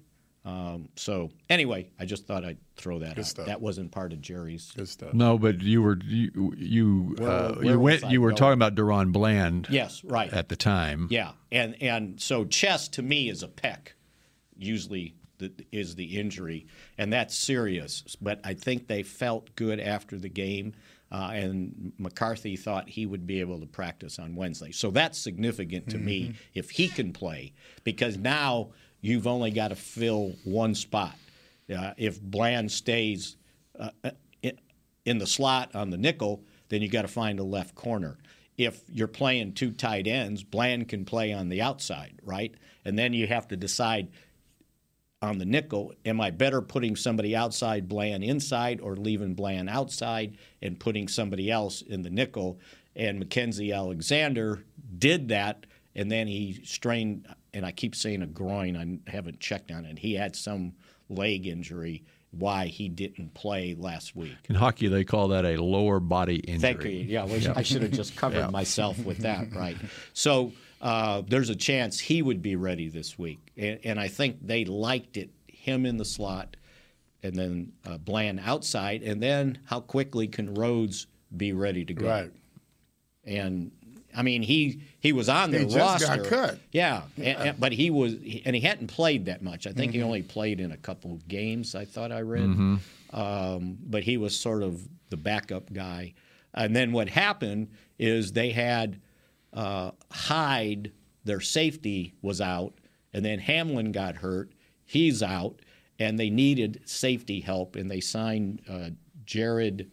[SPEAKER 3] Um, so anyway, I just thought I'd throw that out.
[SPEAKER 2] stuff.
[SPEAKER 3] That wasn't part of Jerry's.
[SPEAKER 2] Good stuff.
[SPEAKER 1] No, but you were you you uh,
[SPEAKER 3] Where- where
[SPEAKER 1] you went
[SPEAKER 3] was I
[SPEAKER 1] you were
[SPEAKER 3] going?
[SPEAKER 1] talking about Duron Bland.
[SPEAKER 3] Yes. Right.
[SPEAKER 1] At the time.
[SPEAKER 3] yeah. And and so chest to me is a peck, usually the, is the injury, and that's serious. But I think they felt good after the game. Uh, and McCarthy thought he would be able to practice on Wednesday. So that's significant to me if he can play, because now you've only got to fill one spot. Uh, if Bland stays uh, i- in the slot on the nickel, then you got to find a left corner. If you're playing two tight ends, Bland can play on the outside, right? And then you have to decide on the nickel, am I better putting somebody outside Bland inside or leaving Bland outside and putting somebody else in the nickel? And Mackenzie Alexander did that, and then he strained, and I keep saying a groin, I haven't checked on it. He had some leg injury, why he didn't play last week.
[SPEAKER 1] In hockey, they call that a lower body injury.
[SPEAKER 3] Thank you. Yeah, well, I should have just covered myself with that, right? So uh, there's a chance he would be ready this week, and, and I think they liked it him in the slot, and then uh, Bland outside, and then how quickly can Rhodes be ready to go?
[SPEAKER 2] Right.
[SPEAKER 3] and I mean he he was on the
[SPEAKER 2] He just
[SPEAKER 3] roster.
[SPEAKER 2] got cut.
[SPEAKER 3] Yeah, and- and- but he was and he hadn't played that much. I think he
[SPEAKER 2] Mm-hmm.
[SPEAKER 3] only played in a couple of games. I thought I read, um, but he was sort of the backup guy. And then what happened is they had uh, Hyde, their safety, was out, and then Hamlin got hurt. He's out, and they needed safety help, and they signed uh, Jared.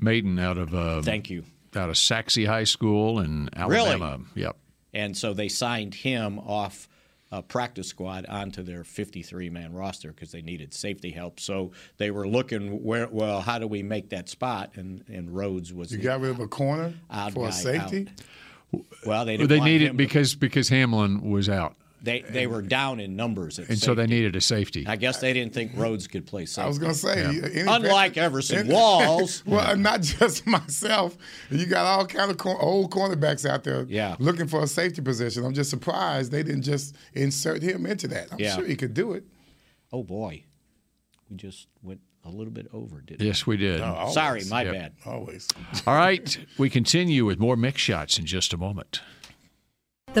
[SPEAKER 1] Maiden out of uh,
[SPEAKER 3] Thank you.
[SPEAKER 1] out of Saxe High School in
[SPEAKER 3] Really?
[SPEAKER 1] Alabama. Yep.
[SPEAKER 3] And so they signed him off a practice squad onto their 53 man roster because they needed safety help. So they were looking where, well, how do we make that spot? And, and Rhodes was.
[SPEAKER 2] You
[SPEAKER 3] the
[SPEAKER 2] got rid of a corner
[SPEAKER 3] odd
[SPEAKER 2] for a
[SPEAKER 3] guy
[SPEAKER 2] safety.
[SPEAKER 3] out. Well, they didn't
[SPEAKER 1] they
[SPEAKER 3] want
[SPEAKER 1] needed
[SPEAKER 3] him to-
[SPEAKER 1] because because Hamlin was out,
[SPEAKER 3] they they were down in numbers, at
[SPEAKER 1] and so they
[SPEAKER 3] safety.
[SPEAKER 1] needed a safety.
[SPEAKER 3] I guess they didn't think Rhodes could play safety.
[SPEAKER 2] I was gonna say, any-
[SPEAKER 3] Unlike Everson Walls.
[SPEAKER 2] well, and not just myself. You got all kind of cor- old cornerbacks out there,
[SPEAKER 3] Yeah.
[SPEAKER 2] looking for a safety position. I'm just surprised they didn't just insert him into that. I'm
[SPEAKER 3] Yeah.
[SPEAKER 2] sure he could do it.
[SPEAKER 3] oh boy, we just went a little bit over, didn't
[SPEAKER 1] yes, we did.
[SPEAKER 3] we? Sorry, my
[SPEAKER 1] Yep.
[SPEAKER 3] bad.
[SPEAKER 2] Always.
[SPEAKER 1] All right, we continue with more mix shots in just a moment.
[SPEAKER 5] The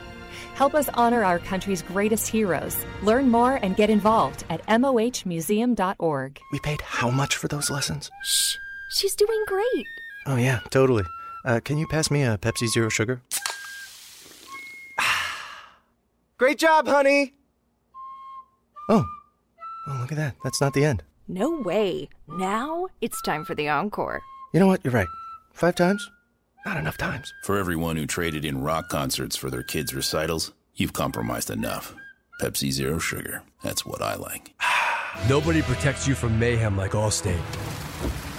[SPEAKER 5] Help us honor our country's greatest heroes. Learn more and get involved at mohmuseum.org.
[SPEAKER 6] We paid how much for those lessons?
[SPEAKER 7] She's doing great.
[SPEAKER 6] Oh, yeah, totally. Uh, can you pass me a Pepsi Zero Sugar? Ah. Great job, honey! Oh. Oh, look at that. That's not the end.
[SPEAKER 7] No way. Now it's time for the encore.
[SPEAKER 6] You know what? You're right. Five times? Not enough times.
[SPEAKER 8] For everyone who traded in rock concerts for their kids' recitals, you've compromised enough. Pepsi Zero Sugar. That's what I like.
[SPEAKER 9] Nobody protects you from mayhem like Allstate.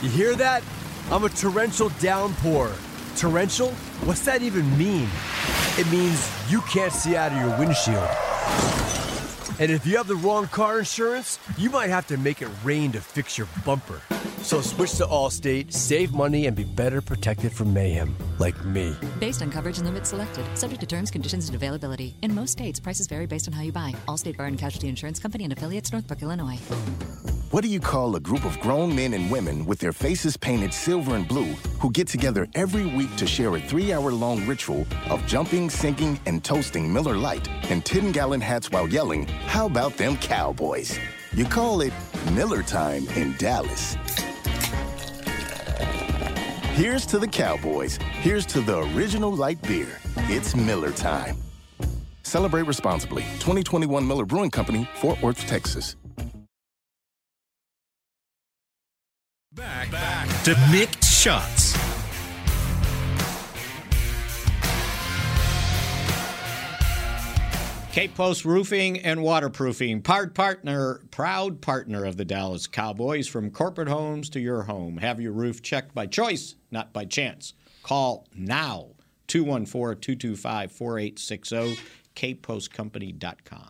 [SPEAKER 9] You hear that? I'm a torrential downpour. Torrential? What's that even mean? It means you can't see out of your windshield. And if you have the wrong car insurance, you might have to make it rain to fix your bumper. So switch to Allstate, save money, and be better protected from mayhem, like me.
[SPEAKER 7] Based on coverage and limits selected, subject to terms, conditions, and availability. In most states, prices vary based on how you buy. Allstate Bar and Casualty Insurance Company and affiliates, Northbrook, Illinois.
[SPEAKER 10] What do you call a group of grown men and women with their faces painted silver and blue who get together every week to share a three hour long ritual of jumping, sinking, and toasting Miller Lite in 10 gallon hats while yelling, How about them cowboys? You call it Miller Time in Dallas. Here's to the Cowboys. Here's to the original light beer. It's Miller Time. Celebrate responsibly. 2021 Miller Brewing Company, Fort Worth, Texas.
[SPEAKER 11] Back, back to mixed shots.
[SPEAKER 3] Cape Post Roofing and Waterproofing, proud partner, proud partner of the Dallas Cowboys from corporate homes to your home. Have your roof checked by choice, not by chance. Call now 214-225-4860 capepostcompany.com.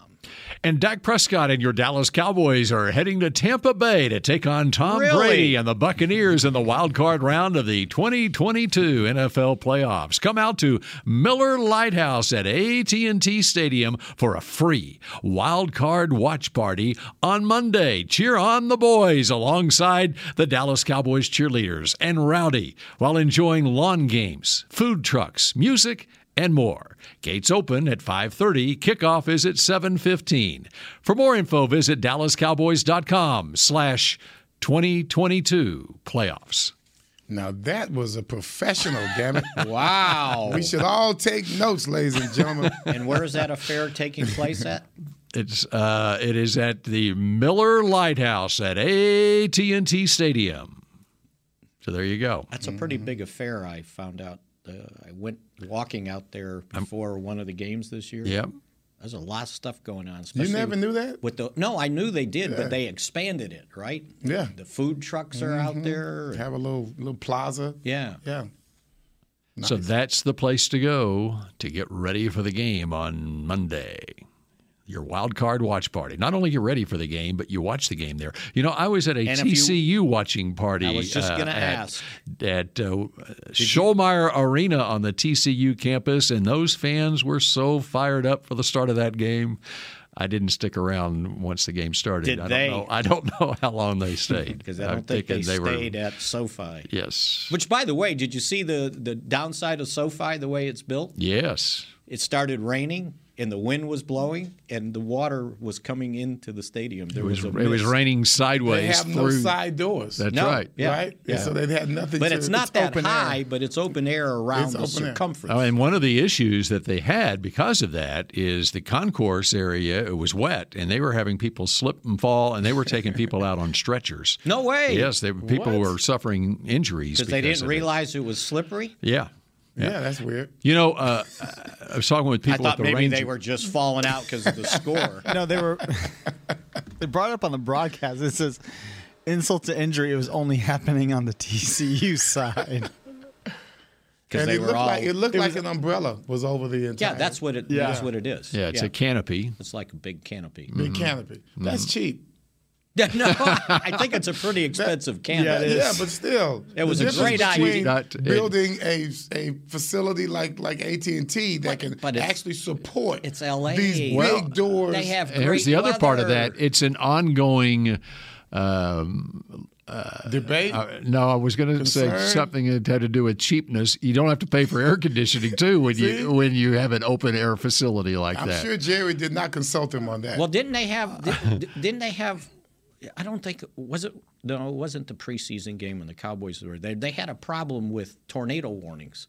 [SPEAKER 1] And Dak Prescott and your Dallas Cowboys are heading to Tampa Bay to take on Tom
[SPEAKER 3] Really?
[SPEAKER 1] Brady and the Buccaneers in the wild card round of the 2022 NFL playoffs. Come out to Miller Lighthouse at AT&T Stadium for a free wild card watch party on Monday. Cheer on the boys alongside the Dallas Cowboys cheerleaders and Rowdy while enjoying lawn games, food trucks, music, and more. Gates open at 5:30, kickoff is at 7:15. For more info, visit dallascowboys.com/2022 slash 2022 playoffs.
[SPEAKER 2] Now that was a professional, damn it.
[SPEAKER 3] Wow.
[SPEAKER 2] We should all take notes, ladies and gentlemen.
[SPEAKER 3] And where is that affair taking place at?
[SPEAKER 1] It's uh, it is at the Miller Lighthouse at AT&T Stadium. So there you go.
[SPEAKER 3] That's a
[SPEAKER 1] Mm-hmm.
[SPEAKER 3] pretty big affair. I found out. Uh, I went walking out there before one of the games this year.
[SPEAKER 1] Yep.
[SPEAKER 3] There's a lot of stuff going on.
[SPEAKER 2] You
[SPEAKER 3] especially
[SPEAKER 2] never knew that?
[SPEAKER 3] With the no, I knew they did,
[SPEAKER 2] Yeah.
[SPEAKER 3] but they expanded it, right?
[SPEAKER 2] Yeah.
[SPEAKER 3] The food trucks are out
[SPEAKER 2] Mhm.
[SPEAKER 3] there.
[SPEAKER 2] Have a little little plaza.
[SPEAKER 3] Yeah.
[SPEAKER 2] Yeah.
[SPEAKER 1] So that's the place to go to get ready for the game on Monday. Your wild card watch party. Not only you're ready for the game, but you watch the game there. You know, I was at a
[SPEAKER 3] And if you-
[SPEAKER 1] TCU watching party.
[SPEAKER 3] I was just
[SPEAKER 1] uh,
[SPEAKER 3] gonna
[SPEAKER 1] at-
[SPEAKER 3] ask.
[SPEAKER 1] at uh, Scholmeyer Arena on the TCU campus, and those fans were so fired up for the start of that game. I didn't stick around once the game started.
[SPEAKER 3] Did
[SPEAKER 1] I
[SPEAKER 3] they?
[SPEAKER 1] don't know. I don't know how long they stayed
[SPEAKER 3] Because I
[SPEAKER 1] I'm
[SPEAKER 3] don't think they,
[SPEAKER 1] thinking
[SPEAKER 3] stayed
[SPEAKER 1] Were,
[SPEAKER 3] at SoFi.
[SPEAKER 1] yes,
[SPEAKER 3] Which, by the way, did you see the the downside of SoFi the way it's built?
[SPEAKER 1] yes.
[SPEAKER 3] It started raining and the wind was blowing and the water was coming into the stadium. There
[SPEAKER 1] It was,
[SPEAKER 3] a
[SPEAKER 1] it was
[SPEAKER 3] mist.
[SPEAKER 1] raining
[SPEAKER 2] They
[SPEAKER 1] sideways
[SPEAKER 2] have no
[SPEAKER 1] through.
[SPEAKER 2] side doors.
[SPEAKER 1] That's
[SPEAKER 3] No,
[SPEAKER 1] right.
[SPEAKER 3] yeah,
[SPEAKER 2] Right? And so they've had nothing
[SPEAKER 3] But
[SPEAKER 2] to-
[SPEAKER 3] it's not
[SPEAKER 2] it's
[SPEAKER 3] that
[SPEAKER 2] open air.
[SPEAKER 3] high, but it's open air around
[SPEAKER 2] It's
[SPEAKER 3] the
[SPEAKER 2] open air.
[SPEAKER 3] circumference.
[SPEAKER 1] Oh, and one of the issues that they had because of that is the concourse area it was wet, and they were having people slip and fall, and they were taking people out on stretchers.
[SPEAKER 3] No way.
[SPEAKER 1] Yes, they, people
[SPEAKER 3] What?
[SPEAKER 1] were suffering injuries
[SPEAKER 3] because they didn't
[SPEAKER 1] of it.
[SPEAKER 3] realize it. was slippery.
[SPEAKER 1] Yeah.
[SPEAKER 2] Yeah. that's weird.
[SPEAKER 1] You know, uh, I was talking with
[SPEAKER 3] I
[SPEAKER 1] people at
[SPEAKER 3] thought
[SPEAKER 1] the
[SPEAKER 3] maybe
[SPEAKER 1] Ranger.
[SPEAKER 3] they were just falling out because of the score.
[SPEAKER 4] no, they were. they brought it up on the broadcast. It says, "Insult to injury." It was only happening on the TCU side.
[SPEAKER 2] And it looked like it looked like an umbrella was over the entire.
[SPEAKER 3] yeah, that's what it.
[SPEAKER 2] Yeah.
[SPEAKER 3] That's what it is.
[SPEAKER 1] yeah, it's a canopy.
[SPEAKER 3] It's like a big canopy.
[SPEAKER 2] Big canopy. That's cheap.
[SPEAKER 3] no, I think it's a pretty expensive canopy.
[SPEAKER 2] yeah, but still,
[SPEAKER 3] It was
[SPEAKER 2] the
[SPEAKER 3] a great
[SPEAKER 2] difference
[SPEAKER 3] idea.
[SPEAKER 2] between
[SPEAKER 1] Not- it-
[SPEAKER 2] building a a facility like like AT and T that can
[SPEAKER 3] it's-
[SPEAKER 2] actually support
[SPEAKER 3] It's L.A.
[SPEAKER 2] these big
[SPEAKER 1] Well,
[SPEAKER 2] doors.
[SPEAKER 3] They have.
[SPEAKER 1] And Here's
[SPEAKER 3] great
[SPEAKER 1] the other part of that.
[SPEAKER 3] weather.
[SPEAKER 1] It's an ongoing. Um,
[SPEAKER 2] debate.
[SPEAKER 1] uh, no, I was going to say
[SPEAKER 2] Concern?
[SPEAKER 1] something that had to do with cheapness. You don't have to pay for air conditioning too when
[SPEAKER 2] See?
[SPEAKER 1] you when you have an open air facility like
[SPEAKER 2] I'm
[SPEAKER 1] that.
[SPEAKER 2] sure Jerry did not consult him on that.
[SPEAKER 3] Well, didn't they have? di- didn't they have? I don't think was it. No, it wasn't the preseason game when the Cowboys were there. They had a problem with tornado warnings,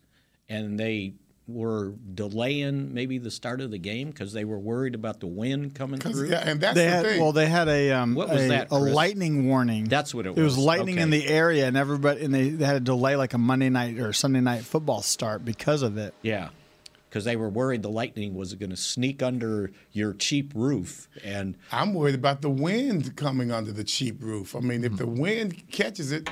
[SPEAKER 3] and they were delaying maybe the start of the game because they were worried about the wind coming
[SPEAKER 2] 'Cause,
[SPEAKER 3] through.
[SPEAKER 2] yeah, and that's
[SPEAKER 4] they
[SPEAKER 2] the
[SPEAKER 4] had
[SPEAKER 2] thing.
[SPEAKER 4] well, they had a um,
[SPEAKER 3] What was
[SPEAKER 4] a,
[SPEAKER 3] that,
[SPEAKER 4] a
[SPEAKER 3] Chris?
[SPEAKER 4] lightning warning.
[SPEAKER 3] That's what it
[SPEAKER 4] It was
[SPEAKER 3] was.
[SPEAKER 4] lightning in
[SPEAKER 3] Okay.
[SPEAKER 4] the area, and everybody and they, they had a delay like a Monday night or Sunday night football start because of it.
[SPEAKER 3] Yeah, because they were worried the lightning was going to sneak under your cheap roof, and
[SPEAKER 2] I'm worried about the wind coming under the cheap roof. I mean, if the wind catches it,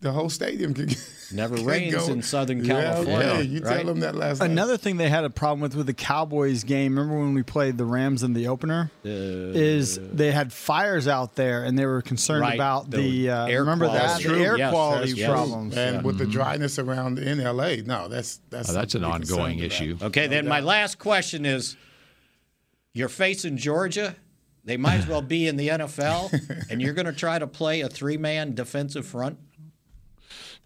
[SPEAKER 2] the whole stadium can
[SPEAKER 3] Never
[SPEAKER 2] can
[SPEAKER 3] rains
[SPEAKER 2] go-
[SPEAKER 3] in Southern
[SPEAKER 2] Yeah,
[SPEAKER 3] California,
[SPEAKER 2] okay. You
[SPEAKER 3] right?
[SPEAKER 2] tell them that last night.
[SPEAKER 4] Another thing they had a problem with with the Cowboys game. Remember when we played the Rams in the opener?
[SPEAKER 3] Uh,
[SPEAKER 4] is they had fires out there, and they were concerned
[SPEAKER 3] Right,
[SPEAKER 4] about
[SPEAKER 3] the
[SPEAKER 4] the, uh,
[SPEAKER 3] air
[SPEAKER 4] remember that
[SPEAKER 3] quality.
[SPEAKER 4] the air quality problems.
[SPEAKER 2] and with the dryness around in LA. No, that's that's
[SPEAKER 1] Oh, that's an
[SPEAKER 2] something to be
[SPEAKER 1] ongoing
[SPEAKER 2] concerned about.
[SPEAKER 1] issue.
[SPEAKER 3] Okay, then my last question is: You're facing Georgia, They might as well be in the NFL, and you're going to try to play a three man defensive front.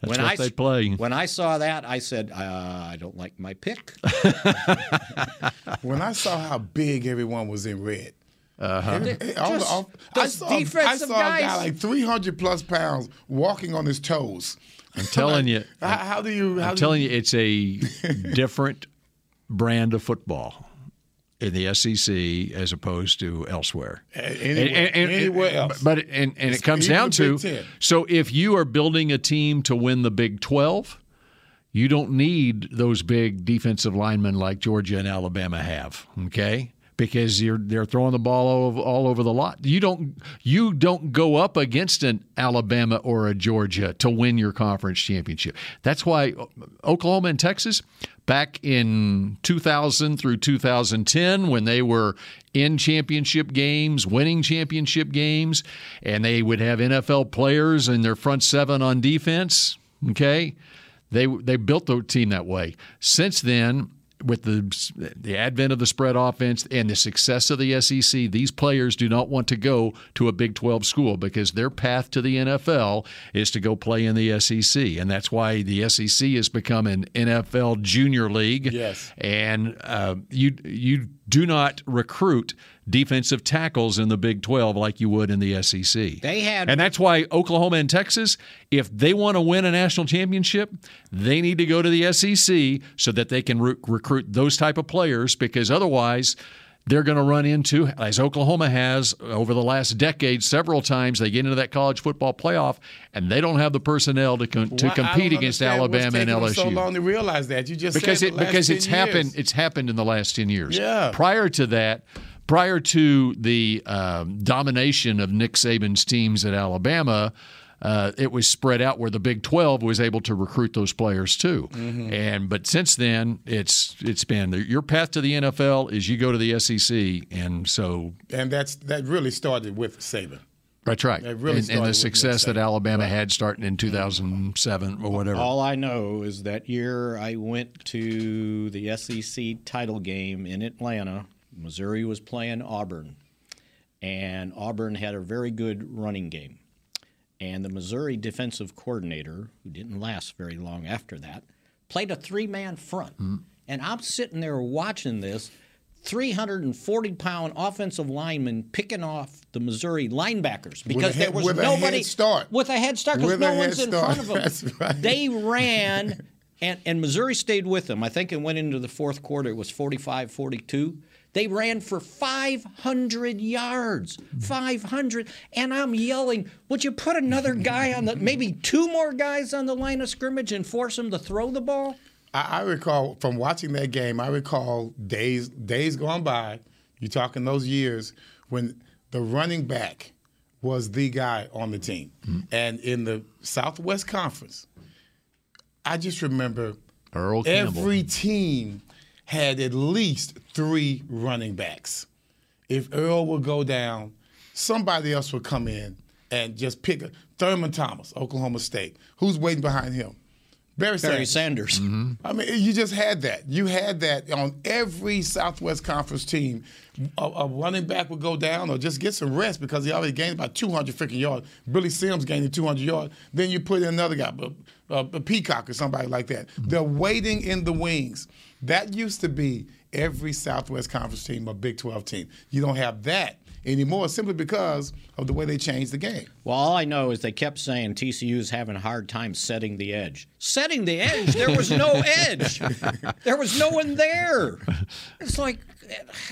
[SPEAKER 1] That's what
[SPEAKER 3] I,
[SPEAKER 1] they
[SPEAKER 3] s-
[SPEAKER 1] play.
[SPEAKER 3] When I saw that, I said, uh, I don't like my pick.
[SPEAKER 2] when I saw how big everyone was in red.
[SPEAKER 1] Uh-huh.
[SPEAKER 2] Every- all the
[SPEAKER 3] Just
[SPEAKER 2] off- I
[SPEAKER 3] those
[SPEAKER 2] saw, I
[SPEAKER 3] defensive
[SPEAKER 2] saw a guy
[SPEAKER 3] guys.
[SPEAKER 2] like 300 plus pounds walking on his toes.
[SPEAKER 1] I'm telling you.
[SPEAKER 2] How, how do you? How
[SPEAKER 1] I'm
[SPEAKER 2] do
[SPEAKER 1] telling you, it's a different brand of football in the SEC as opposed to elsewhere.
[SPEAKER 2] anywhere- anywhere else.
[SPEAKER 1] But and, and
[SPEAKER 2] It's
[SPEAKER 1] it comes
[SPEAKER 2] even
[SPEAKER 1] down
[SPEAKER 2] the
[SPEAKER 1] to
[SPEAKER 2] Big Ten.
[SPEAKER 1] so if you are building a team to win the Big Twelve, you don't need those big defensive linemen like Georgia and Alabama have. Okay. Because you're they're throwing the ball all over, all over the lot. You don't you don't go up against an Alabama or a Georgia to win your conference championship. That's why Oklahoma and Texas back in 2000 through 2010 when they were in championship games, winning championship games, and they would have NFL players in their front seven on defense. Okay, they they built the team that way. Since then, with the the advent of the spread offense and the success of the SEC, these players do not want to go to a Big 12 school because their path to the NFL is to go play in the SEC, and that's why the SEC has become an NFL junior league.
[SPEAKER 2] Yes.
[SPEAKER 1] and uh, you you do not recruit defensive tackles in the Big 12 like you would in the SEC.
[SPEAKER 3] They had-
[SPEAKER 1] and that's why Oklahoma and Texas, if they want to win a national championship, they need to go to the SEC so that they can re- recruit those type of players because otherwise they're going to run into as Oklahoma has over the last decade several times they get into that college football playoff and they don't have the personnel to con- to
[SPEAKER 2] Why- I don't
[SPEAKER 1] compete against
[SPEAKER 2] understand what's
[SPEAKER 1] Alabama and
[SPEAKER 2] taking them
[SPEAKER 1] LSU
[SPEAKER 2] So long to realize that you just said
[SPEAKER 1] because
[SPEAKER 2] the
[SPEAKER 1] it
[SPEAKER 2] last
[SPEAKER 1] because
[SPEAKER 2] 10
[SPEAKER 1] it's
[SPEAKER 2] years.
[SPEAKER 1] happened it's happened in the last 10 years
[SPEAKER 2] Yeah.
[SPEAKER 1] prior to that prior to the um, domination of nick saban's teams at alabama uh, it was spread out where the Big 12 was able to recruit those players too,
[SPEAKER 2] Mm-hmm.
[SPEAKER 1] and but since then it's it's been your path to the NFL is you go to the SEC, and so
[SPEAKER 2] and that's that really started with Saban.
[SPEAKER 1] that's right,
[SPEAKER 2] That really
[SPEAKER 1] and, and
[SPEAKER 2] started
[SPEAKER 1] the
[SPEAKER 2] with
[SPEAKER 1] success
[SPEAKER 2] Nick
[SPEAKER 1] that Alabama had starting in 2007 or whatever.
[SPEAKER 3] All I know is that year I went to the SEC title game in Atlanta. Missouri was playing Auburn, and Auburn had a very good running game. And the Missouri defensive coordinator, who didn't last very long after that, played a three man front.
[SPEAKER 2] Mm-hmm.
[SPEAKER 3] And I'm sitting there watching this 340 pound offensive lineman picking off the Missouri linebackers
[SPEAKER 2] With a
[SPEAKER 3] because there
[SPEAKER 2] head-
[SPEAKER 3] was
[SPEAKER 2] with a head
[SPEAKER 3] nobody
[SPEAKER 2] start.
[SPEAKER 3] with a head start because
[SPEAKER 2] With
[SPEAKER 3] no
[SPEAKER 2] a
[SPEAKER 3] one's
[SPEAKER 2] head
[SPEAKER 3] in front
[SPEAKER 2] start.
[SPEAKER 3] of them.
[SPEAKER 2] That's right.
[SPEAKER 3] They ran, and, and Missouri stayed with them. I think it went into the fourth quarter. It was 45 42. They ran for 500 yards. 500. And I'm yelling, would you put another guy on the, maybe two more guys on the line of scrimmage and force them to throw the ball?
[SPEAKER 2] I, I recall from watching that game. I recall days days gone by. You talking those years when the running back was the guy on the team,
[SPEAKER 1] Mm-hmm.
[SPEAKER 2] and in the Southwest Conference, I just remember
[SPEAKER 1] Earl Campbell.
[SPEAKER 2] every team had at least three running backs. If Earl would go down, somebody else would come in and just pick a Thurman Thomas, Oklahoma State. Who's waiting behind him? Barry Sanders.
[SPEAKER 3] Barry Sanders.
[SPEAKER 2] I mean, you just had that. You had that on every Southwest Conference team. A, a running back would go down or just get some rest because he already gained about 200 freaking yards. Billy Sims gained 200 yards. Then you put in another guy, but uh, a Peacock or somebody like that.
[SPEAKER 3] Mm-hmm.
[SPEAKER 2] They're waiting in the wings. That used to be every Southwest Conference team or Big 12 team. You don't have that anymore simply because of the way they changed the game.
[SPEAKER 3] Well, all I know is they kept saying TCU's having a hard time setting the edge. Setting the edge? There was no edge. There was no one there. It's like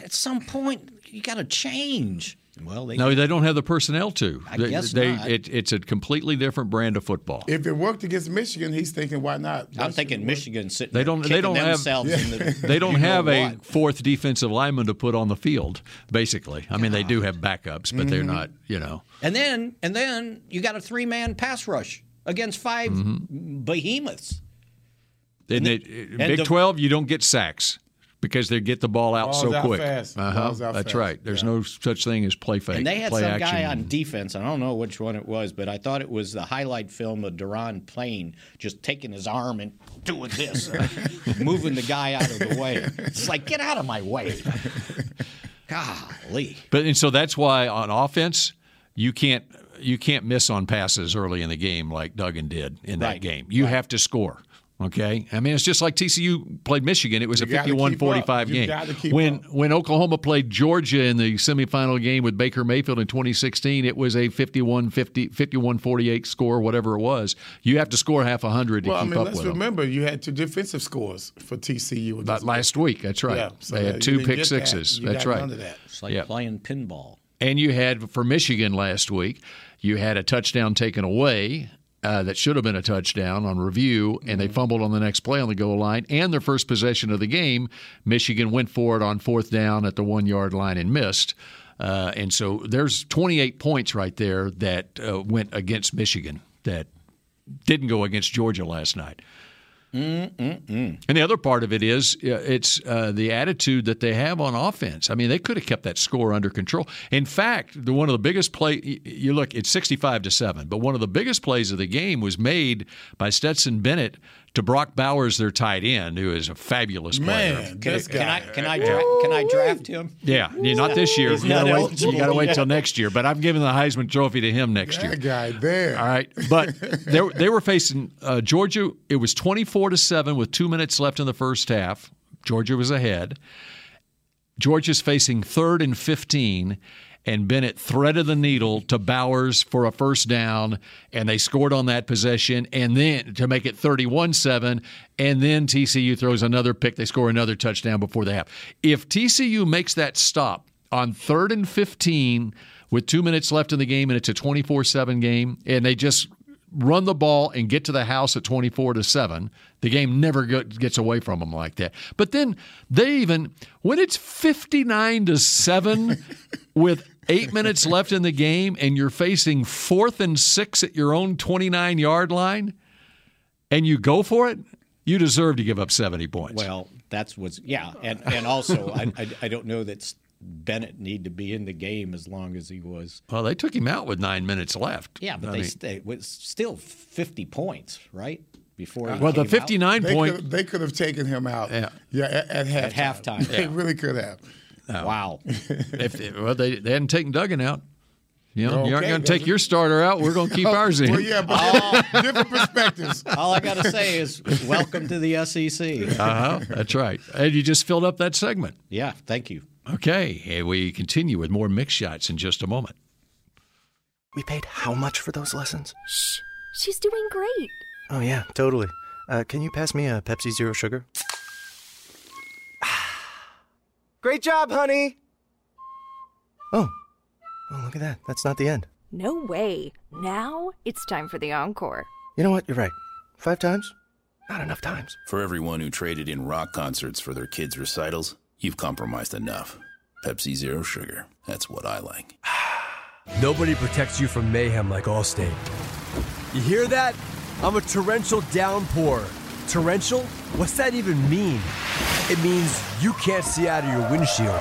[SPEAKER 3] at some point you got to change. Well, they
[SPEAKER 1] No, they don't have the personnel to.
[SPEAKER 3] I
[SPEAKER 1] They-
[SPEAKER 3] guess
[SPEAKER 1] they-
[SPEAKER 3] not.
[SPEAKER 1] It, it's a completely different brand of football.
[SPEAKER 2] If it worked against Michigan, he's thinking, why not?
[SPEAKER 3] I'm thinking Michigan sitting.
[SPEAKER 1] They don't.
[SPEAKER 3] There
[SPEAKER 1] They
[SPEAKER 3] kicking
[SPEAKER 1] don't have.
[SPEAKER 3] themselves in the,
[SPEAKER 1] They don't
[SPEAKER 3] you know
[SPEAKER 1] have a
[SPEAKER 3] what.
[SPEAKER 1] fourth defensive lineman to put on the field. Basically, I mean, they do have backups, but
[SPEAKER 3] Mm-hmm.
[SPEAKER 1] they're not. You know,
[SPEAKER 3] And then and then you got a three man pass rush against 5
[SPEAKER 1] Mm-hmm.
[SPEAKER 3] behemoths.
[SPEAKER 1] in the uh, Big
[SPEAKER 3] the-
[SPEAKER 1] Twelve, you don't get sacks because they get the ball out
[SPEAKER 2] Ball's
[SPEAKER 1] so
[SPEAKER 2] out
[SPEAKER 1] quick.
[SPEAKER 2] fast.
[SPEAKER 1] Uh-huh.
[SPEAKER 2] Ball's out
[SPEAKER 1] That's
[SPEAKER 2] fast.
[SPEAKER 1] right. There's no such thing as play fake.
[SPEAKER 3] And they had
[SPEAKER 1] play
[SPEAKER 3] some
[SPEAKER 1] action.
[SPEAKER 3] guy on defense. and I don't know which one it was, but I thought it was the highlight film of Duran Plain just taking his arm and doing uh, this, moving the guy out of the way. It's like, get out of my way. Golly.
[SPEAKER 1] But and so that's why on offense you can't you can't miss on passes early in the game like Duggan did in that
[SPEAKER 3] Right.
[SPEAKER 1] game. You have to score. Okay, I mean it's just like TCU played Michigan. It was
[SPEAKER 2] You
[SPEAKER 1] a
[SPEAKER 2] gotta keep up.
[SPEAKER 1] 51-45
[SPEAKER 2] You
[SPEAKER 1] game.
[SPEAKER 2] gotta keep
[SPEAKER 1] when when Oklahoma played Georgia in the semifinal game with Baker Mayfield in 2016, it was a 51-50, 51-48 score, whatever it was. You have to score half a hundred to
[SPEAKER 2] Well, I
[SPEAKER 1] keep
[SPEAKER 2] mean,
[SPEAKER 1] up
[SPEAKER 2] let's
[SPEAKER 1] with them.
[SPEAKER 2] remember you had two defensive scores for TCU.
[SPEAKER 1] Not last week, that's right.
[SPEAKER 2] Yeah, so
[SPEAKER 1] they
[SPEAKER 2] you
[SPEAKER 1] had two
[SPEAKER 2] didn't
[SPEAKER 1] pick
[SPEAKER 2] get that.
[SPEAKER 1] sixes.
[SPEAKER 2] You
[SPEAKER 1] that's
[SPEAKER 2] got
[SPEAKER 1] right.
[SPEAKER 2] none of that.
[SPEAKER 3] It's like
[SPEAKER 1] Yeah.
[SPEAKER 3] playing pinball.
[SPEAKER 1] And you had for Michigan last week, you had a touchdown taken away uh, that should have been a touchdown on review, and they fumbled on the next play on the goal line and their first possession of the game. Michigan went for it on fourth down at the one yard line and missed. Uh, and so there's 28 points right there that uh, went against Michigan that didn't go against Georgia last night.
[SPEAKER 3] Mm-mm-mm.
[SPEAKER 1] And the other part of it is uh, it's uh, the attitude that they have on offense. I mean, they could have kept that score under control. In fact, the one of the biggest play y- you look it's 65 to 7, but one of the biggest plays of the game was made by Stetson Bennett to Brock Bowers their tight end who is a fabulous player.
[SPEAKER 3] Can, can I can I dra- can I draft him?
[SPEAKER 1] Yeah, yeah, not this year.
[SPEAKER 3] He's
[SPEAKER 1] You
[SPEAKER 3] not
[SPEAKER 1] gotta, wait,
[SPEAKER 3] eligible
[SPEAKER 1] you gotta wait
[SPEAKER 3] yet.
[SPEAKER 1] till next year. But I'm giving the Heisman Trophy to him next year.
[SPEAKER 2] That guy there.
[SPEAKER 1] All right, but they were- they were facing uh, Georgia. It was twenty four to seven with two minutes left in the first half. Georgia was ahead. Georgia's facing third and fifteen, and Bennett threaded the needle to Bowers for a first down, and they scored on that possession, and then to make it thirty one seven, and then TCU throws another pick. They score another touchdown before the half. If TCU makes that stop on third and 15 with two minutes left in the game and it's a 24-7 game and they just run the ball and get to the house at 24 to 7 the game never go- gets away from them like that but then they even when it's 59 to 7 with 8 minutes left in the game and you're facing fourth and 6 at your own 29 yard line and you go for it you deserve to give up 70 points
[SPEAKER 3] Well, that's what's yeah, and and also I, I I don't know that Bennett need to be in the game as long as he was.
[SPEAKER 1] well they took him out with 9 minutes left Uh,
[SPEAKER 3] Yeah, but
[SPEAKER 1] I
[SPEAKER 3] they
[SPEAKER 1] mean-
[SPEAKER 3] stay, it was still fifty points, right? Before he
[SPEAKER 1] Well, the
[SPEAKER 3] came out.
[SPEAKER 1] 59
[SPEAKER 2] They
[SPEAKER 1] point
[SPEAKER 2] could, they could have taken him out.
[SPEAKER 1] Yeah.
[SPEAKER 2] Yeah, at, at halftime.
[SPEAKER 3] At halftime.
[SPEAKER 2] They
[SPEAKER 3] Yeah.
[SPEAKER 2] really could have.
[SPEAKER 3] Wow.
[SPEAKER 1] if, well, they, they hadn't taken Duggan out. You know, you aren't
[SPEAKER 2] Okay,
[SPEAKER 1] going to take your starter out. We're going to keep ours in.
[SPEAKER 2] Well, yeah, but different perspectives.
[SPEAKER 3] All I gotta say is welcome to the E SEC.
[SPEAKER 1] Uh-huh, that's right. And you just filled up that segment.
[SPEAKER 3] Yeah, thank you.
[SPEAKER 1] Okay, and we continue with more mix shots in just a moment.
[SPEAKER 6] We paid how much for those lessons? Shh.
[SPEAKER 12] She's doing great.
[SPEAKER 6] Oh, yeah, totally. Uh, can you pass me a Pepsi Zero Sugar?
[SPEAKER 7] Great job, honey.
[SPEAKER 6] Oh. Oh, look at that. That's not the end.
[SPEAKER 12] No way. Now it's time for the encore.
[SPEAKER 6] You know what? You're right. Five times? Not enough times.
[SPEAKER 8] For everyone who traded in rock concerts for their kids' recitals, you've compromised enough. Pepsi Zero Sugar. That's what I like.
[SPEAKER 9] Nobody protects you from mayhem like Allstate. You hear that? I'm a torrential downpour. Torrential? What's that even mean? It means you can't see out of your windshield.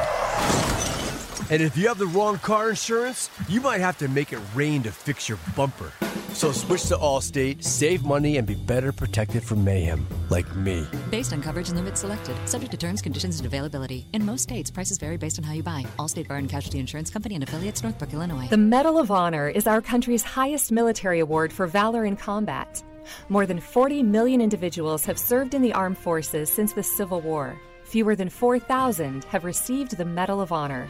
[SPEAKER 9] And if you have the wrong car insurance, you might have to make it rain to fix your bumper. So switch to Allstate, save money, and be better protected from mayhem, like me.
[SPEAKER 7] Based on coverage and limits selected, subject to terms, conditions, and availability. In most states, prices vary based on how you buy. Allstate Bar and Casualty Insurance Company and affiliates, Northbrook, Illinois.
[SPEAKER 5] The Medal of Honor is our country's highest military award for valor in combat. More than 40 million individuals have served in the armed forces since the Civil War. Fewer than 4,000 have received the Medal of Honor.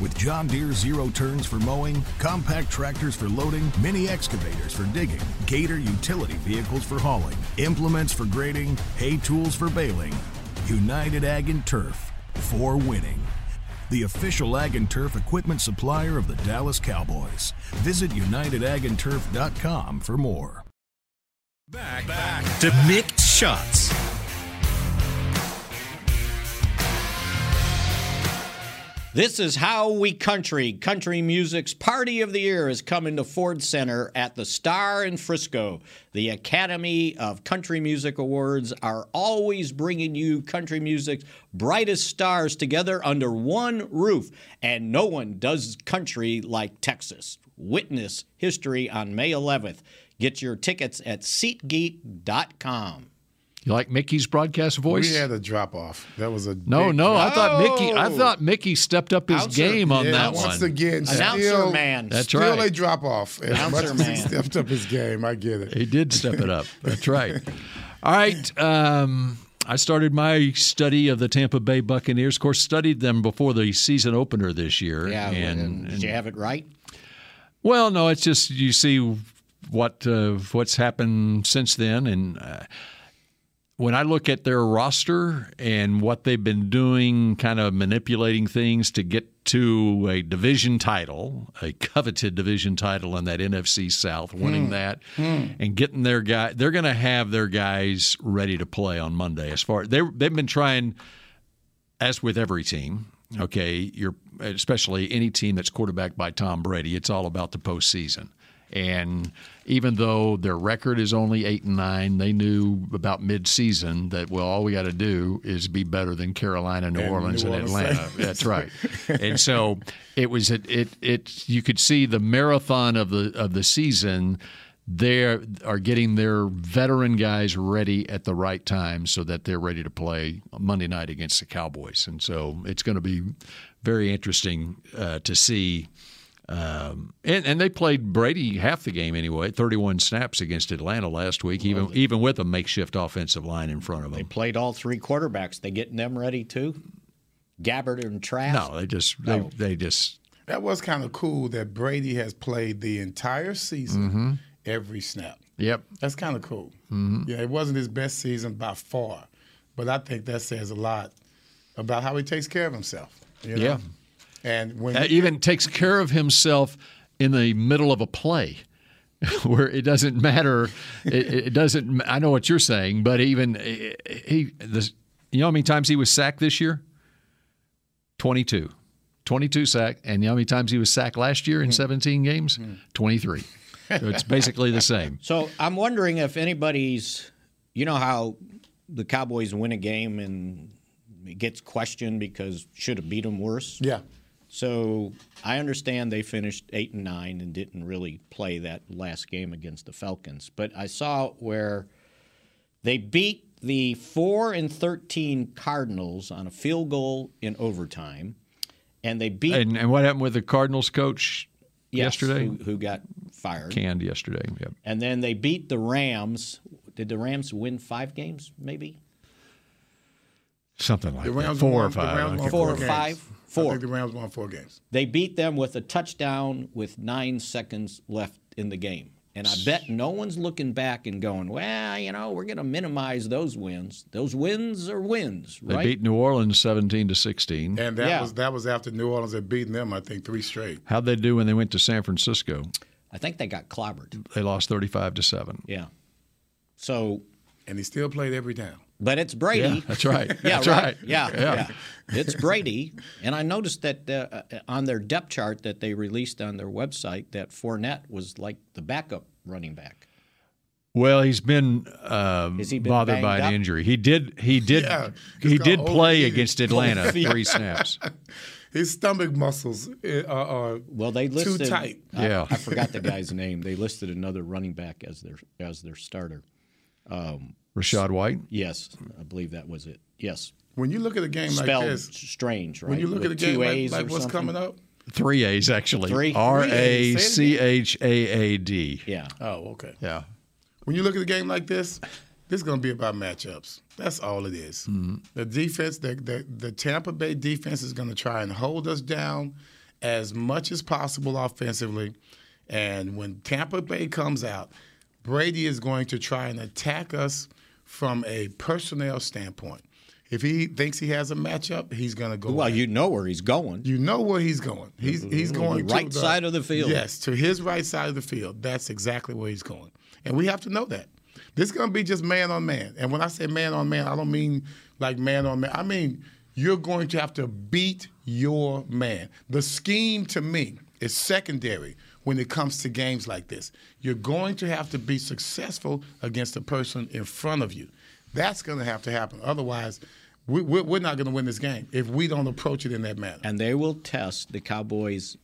[SPEAKER 13] With John Deere zero turns for mowing, compact tractors for loading, mini excavators for digging, Gator utility vehicles for hauling, implements for grading, hay tools for baling. United Ag and Turf for winning. The official Ag and Turf equipment supplier of the Dallas Cowboys. Visit unitedagandturf.com for more.
[SPEAKER 11] Back, back to mix shots.
[SPEAKER 3] This is how we country. Country music's party of the year is coming to Ford Center at the Star in Frisco. The Academy of Country Music Awards are always bringing you country music's brightest stars together under one roof, and no one does country like Texas. Witness history on May 11th. Get your tickets at SeatGeek.com.
[SPEAKER 1] You like Mickey's broadcast voice?
[SPEAKER 2] We had a drop off. That was a
[SPEAKER 1] No,
[SPEAKER 2] big
[SPEAKER 1] no. I
[SPEAKER 2] drop-
[SPEAKER 1] thought Mickey. I
[SPEAKER 2] Oh!
[SPEAKER 1] thought Mickey stepped up his game on
[SPEAKER 2] Yeah,
[SPEAKER 1] that one.
[SPEAKER 2] once again,
[SPEAKER 1] Announcer
[SPEAKER 2] still,
[SPEAKER 1] man. That's
[SPEAKER 2] still
[SPEAKER 1] right.
[SPEAKER 2] a drop off. As much
[SPEAKER 1] Announcer
[SPEAKER 2] as he
[SPEAKER 1] man.
[SPEAKER 2] stepped up his game, I get it.
[SPEAKER 1] He did step it up. That's right. All right. Um, I started my study of the Tampa Bay Buccaneers. Of course, studied them before the season opener this year.
[SPEAKER 3] Yeah,
[SPEAKER 1] and,
[SPEAKER 3] did you have it right?
[SPEAKER 1] Well, no, it's just you see what uh, what's happened since then, and uh, when I look at their roster and what they've been doing, kind of manipulating things to get to a division title, a coveted division title in that NFC South, winning
[SPEAKER 14] Hmm.
[SPEAKER 1] that
[SPEAKER 14] Hmm.
[SPEAKER 1] and getting their guy. They're going to have their guys ready to play on Monday. As far they they've been trying, as with every team. Okay, you're especially any team that's quarterbacked by Tom Brady. It's all about the postseason. And even though their record is only eight and nine, they knew about midseason that well, all we got to do is be better than Carolina, New
[SPEAKER 14] And
[SPEAKER 1] Orleans,
[SPEAKER 14] New
[SPEAKER 1] and
[SPEAKER 14] Orleans.
[SPEAKER 1] Atlanta. That's right. And so it was it, it it you could see the marathon of the of the season. They are getting their veteran guys ready at the right time so that they're ready to play Monday night against the Cowboys. And so it's going to be very interesting uh, to see. Um, and, and they played Brady half the game anyway, 31 snaps against Atlanta last week, even even with a makeshift offensive line in front of them.
[SPEAKER 3] Played all three quarterbacks. They getting them ready too? Gabbard and Trask?
[SPEAKER 1] No, they just they,
[SPEAKER 3] Oh.
[SPEAKER 1] they just
[SPEAKER 2] That was kind of cool that Brady has played the entire season,
[SPEAKER 1] Mhm.
[SPEAKER 2] every snap.
[SPEAKER 1] yep.
[SPEAKER 2] That's kind of cool.
[SPEAKER 1] Mhm.
[SPEAKER 2] Yeah, it wasn't his best season by far, but I think that says a lot about how he takes care of himself. you know?
[SPEAKER 1] Yeah.
[SPEAKER 2] And when
[SPEAKER 1] Uh, even takes care of himself in the middle of a play where it doesn't matter it, it doesn't I know what you're saying but even he he- the, you know how many times he was sacked this year 22 22 sack and you know how many times he was sacked last year in 17 games 23 so it's basically the same
[SPEAKER 3] So I'm wondering if anybody's, you know, how the Cowboys win a game and it gets questioned because should have beat them worse.
[SPEAKER 2] Yeah.
[SPEAKER 3] So I understand they finished eight and nine and didn't really play that last game against the Falcons, but I saw where they beat the four and thirteen Cardinals on a field goal in overtime, and they beat
[SPEAKER 1] and, and what happened with the Cardinals coach
[SPEAKER 3] Yes,
[SPEAKER 1] yesterday
[SPEAKER 3] who, who got fired.
[SPEAKER 1] canned yesterday yep
[SPEAKER 3] And then they beat the Rams. Did the Rams win five games, maybe?
[SPEAKER 1] something like
[SPEAKER 2] the
[SPEAKER 1] that
[SPEAKER 2] Rams
[SPEAKER 1] four
[SPEAKER 2] won,
[SPEAKER 1] or five
[SPEAKER 2] the
[SPEAKER 1] I
[SPEAKER 2] Rams won
[SPEAKER 1] can't
[SPEAKER 3] Four or
[SPEAKER 1] remember.
[SPEAKER 2] games.
[SPEAKER 3] five?
[SPEAKER 2] I
[SPEAKER 3] Four.
[SPEAKER 2] think the Rams won four games.
[SPEAKER 3] They beat them with a touchdown with nine seconds left in the game. And I bet no one's looking back and going, well, you know, we're going to minimize those wins. Those wins are wins,
[SPEAKER 1] they
[SPEAKER 3] right?
[SPEAKER 1] beat New Orleans 17 to 16
[SPEAKER 2] And that
[SPEAKER 3] Yeah.
[SPEAKER 2] was that was after New Orleans had beaten them, I think, three straight.
[SPEAKER 1] How'd they do when they went to San Francisco?
[SPEAKER 3] I think they got clobbered.
[SPEAKER 1] They lost thirty-five to seven.
[SPEAKER 3] Yeah. So,
[SPEAKER 2] and he still played every down.
[SPEAKER 3] But it's Brady.
[SPEAKER 1] Yeah, that's right.
[SPEAKER 3] yeah,
[SPEAKER 1] That's
[SPEAKER 3] right.
[SPEAKER 1] right.
[SPEAKER 3] Yeah,
[SPEAKER 1] Yeah.
[SPEAKER 3] yeah, It's Brady. And I noticed that uh, uh, on their depth chart that they released on their website that Fournette was like the backup running back.
[SPEAKER 1] Well, he's been, um,
[SPEAKER 3] he been
[SPEAKER 1] bothered by
[SPEAKER 3] banged
[SPEAKER 1] an
[SPEAKER 3] up?
[SPEAKER 1] injury. He did. He did.
[SPEAKER 2] Yeah,
[SPEAKER 1] he
[SPEAKER 2] he's got
[SPEAKER 1] did play
[SPEAKER 2] overheated.
[SPEAKER 1] against Atlanta three snaps.
[SPEAKER 2] His stomach muscles uh, are, are
[SPEAKER 3] well, they listed,
[SPEAKER 2] too tight.
[SPEAKER 3] I,
[SPEAKER 1] Yeah.
[SPEAKER 3] I forgot the guy's name. They listed another running back as their as their starter. Um,
[SPEAKER 1] Rashad White.
[SPEAKER 3] yes, I believe that was it. Yes.
[SPEAKER 2] When you look at a game like
[SPEAKER 3] Spelled
[SPEAKER 2] this-
[SPEAKER 3] strange, right?
[SPEAKER 2] When you look
[SPEAKER 3] With
[SPEAKER 2] at a
[SPEAKER 3] two
[SPEAKER 2] game like,
[SPEAKER 3] A's
[SPEAKER 2] like
[SPEAKER 3] or
[SPEAKER 2] what's
[SPEAKER 3] something.
[SPEAKER 2] coming up,
[SPEAKER 1] Three A's actually.
[SPEAKER 3] Three?
[SPEAKER 1] R
[SPEAKER 3] Three
[SPEAKER 1] A
[SPEAKER 3] A's. Say
[SPEAKER 1] C H A A D.
[SPEAKER 3] Yeah.
[SPEAKER 2] Oh, okay.
[SPEAKER 1] Yeah.
[SPEAKER 2] When you look at a game like this, this is going to be about matchups. That's all it is. The defense, the, the the Tampa Bay defense is going to try and hold us down as much as possible offensively. And when Tampa Bay comes out, Brady is going to try and attack us from a personnel standpoint. If he thinks he has a matchup, he's going to go.
[SPEAKER 3] Well,
[SPEAKER 2] at
[SPEAKER 3] you know where he's going. Mm-hmm.
[SPEAKER 2] You know where he's going. He's he's
[SPEAKER 3] The
[SPEAKER 2] going
[SPEAKER 3] right
[SPEAKER 2] to the,
[SPEAKER 3] side of the field.
[SPEAKER 2] Yes, to his right side of the field. That's exactly where he's going, and we have to know that. This is going to be just man on man. And when I say man on man, I don't mean like man on man. I mean you're going to have to beat your man. The scheme to me is secondary when it comes to games like this. You're going to have to be successful against the person in front of you. That's going to have to happen. Otherwise, we, we're we're not going to win this game if we don't approach it in that manner.
[SPEAKER 3] And they will test the Cowboys'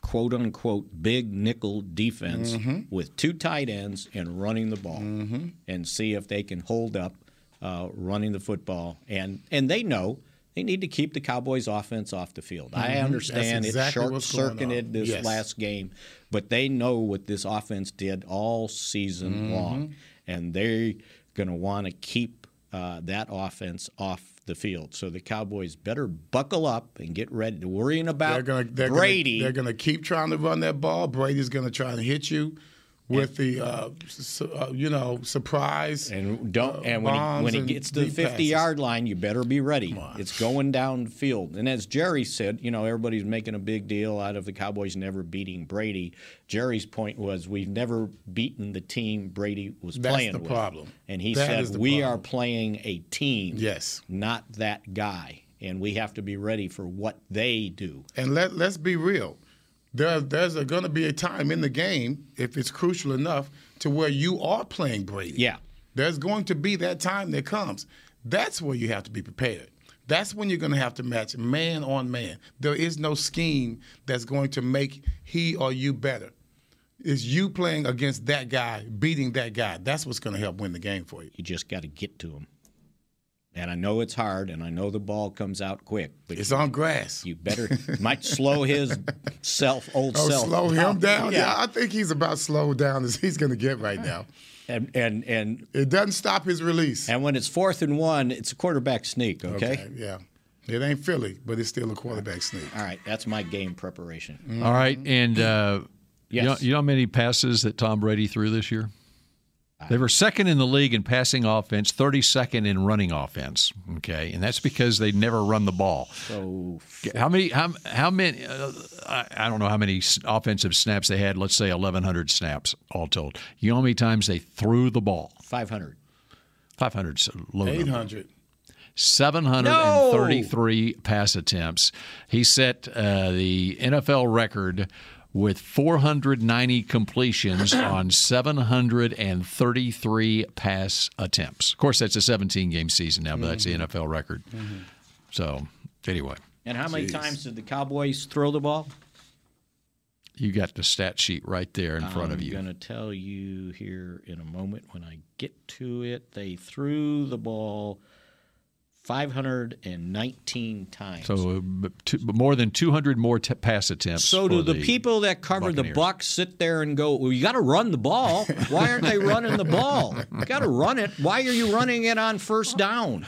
[SPEAKER 3] quote unquote big nickel defense
[SPEAKER 2] Mhm.
[SPEAKER 3] with two tight ends and running the ball
[SPEAKER 2] Mm-hmm.
[SPEAKER 3] and see if they can hold up uh, running the football. And, and they know they need to keep the Cowboys' offense off the field. I
[SPEAKER 2] Mhm.
[SPEAKER 3] understand
[SPEAKER 2] That's exactly
[SPEAKER 3] it short
[SPEAKER 2] what's going on.
[SPEAKER 3] circuited this
[SPEAKER 2] Yes.
[SPEAKER 3] last game, but they know what this offense did all season
[SPEAKER 2] Mm-hmm.
[SPEAKER 3] long, and they're going to want to keep uh, that offense off. The field, so the Cowboys better buckle up and get ready. to Worrying about
[SPEAKER 2] They're gonna- they're gonna-
[SPEAKER 3] Brady,
[SPEAKER 2] they're going to keep trying to run that ball. Brady's going to try and hit you with the, uh, su- uh, you know, surprise. uh,
[SPEAKER 3] And don't and when he, when he gets to the 50 yard line, you better be ready. It's going downfield. And as Jerry said, you know, everybody's making a big deal out of the Cowboys never beating Brady. Jerry's point was we've never beaten the team Brady was
[SPEAKER 2] That's
[SPEAKER 3] playing
[SPEAKER 2] the
[SPEAKER 3] with.
[SPEAKER 2] problem.
[SPEAKER 3] And he
[SPEAKER 2] That is
[SPEAKER 3] said
[SPEAKER 2] the
[SPEAKER 3] we
[SPEAKER 2] problem.
[SPEAKER 3] are playing a team,
[SPEAKER 2] yes,
[SPEAKER 3] not that guy. And we have to be ready for what they do.
[SPEAKER 2] And let let's be real. There, there's going to be a time in the game if it's crucial enough to where you are playing Brady.
[SPEAKER 3] Yeah.
[SPEAKER 2] There's going to be that time that comes. That's where you have to be prepared. That's when you're going to have to match man on man. There is no scheme that's going to make he or you better. It's you playing against that guy, beating that guy. That's what's going to help win the game for you.
[SPEAKER 3] You just got to get to him. And I know it's hard, and I know the ball comes out quick. But
[SPEAKER 2] it's on grass.
[SPEAKER 3] You better might slow his self, old
[SPEAKER 2] Oh,
[SPEAKER 3] self.
[SPEAKER 2] slow him down. Yeah.
[SPEAKER 3] Yeah.
[SPEAKER 2] I think he's about slowed down as he's going to get right now.
[SPEAKER 3] And and and
[SPEAKER 2] it doesn't stop his release.
[SPEAKER 3] And when it's fourth and one, it's a quarterback sneak. Okay.
[SPEAKER 2] yeah. It ain't Philly, but it's still a quarterback sneak.
[SPEAKER 3] All right, that's my game preparation.
[SPEAKER 1] All right, and uh, you, know,
[SPEAKER 3] Mm-hmm. Yes.
[SPEAKER 1] you know how many passes that Tom Brady threw this year?
[SPEAKER 3] Uh,
[SPEAKER 1] They were second in the league in passing offense, 32nd in running offense. Okay, and that's because they never run the ball.
[SPEAKER 3] So
[SPEAKER 1] how many? How, how many? Uh, I, I don't know how many s- offensive snaps they had. Let's say 1,100 snaps all told. You know how many times they threw the ball?
[SPEAKER 3] 500.
[SPEAKER 1] 500. 's a Low number.
[SPEAKER 2] 800.
[SPEAKER 1] 733 pass attempts. He set uh, the NFL record with 490 completions on 733 pass attempts. Of course, that's a 17 game season now, but that's
[SPEAKER 3] Mm-hmm.
[SPEAKER 1] the NFL record. So, anyway,
[SPEAKER 3] And how many
[SPEAKER 1] Jeez.
[SPEAKER 3] times did the Cowboys throw the ball?
[SPEAKER 1] you got the stat sheet right there in front of
[SPEAKER 3] I'm
[SPEAKER 1] you.
[SPEAKER 3] going to tell you here in a moment when I get to it. They threw the ball 519 times.
[SPEAKER 1] So, uh, b- two, but more than 200 more t- pass attempts.
[SPEAKER 3] So do
[SPEAKER 1] for
[SPEAKER 3] the, people that cover
[SPEAKER 1] Buccaneers.
[SPEAKER 3] the Bucks sit there and go, "Well, you got to run the ball. Why aren't they running the ball? You got to run it. Why are you running it on first down?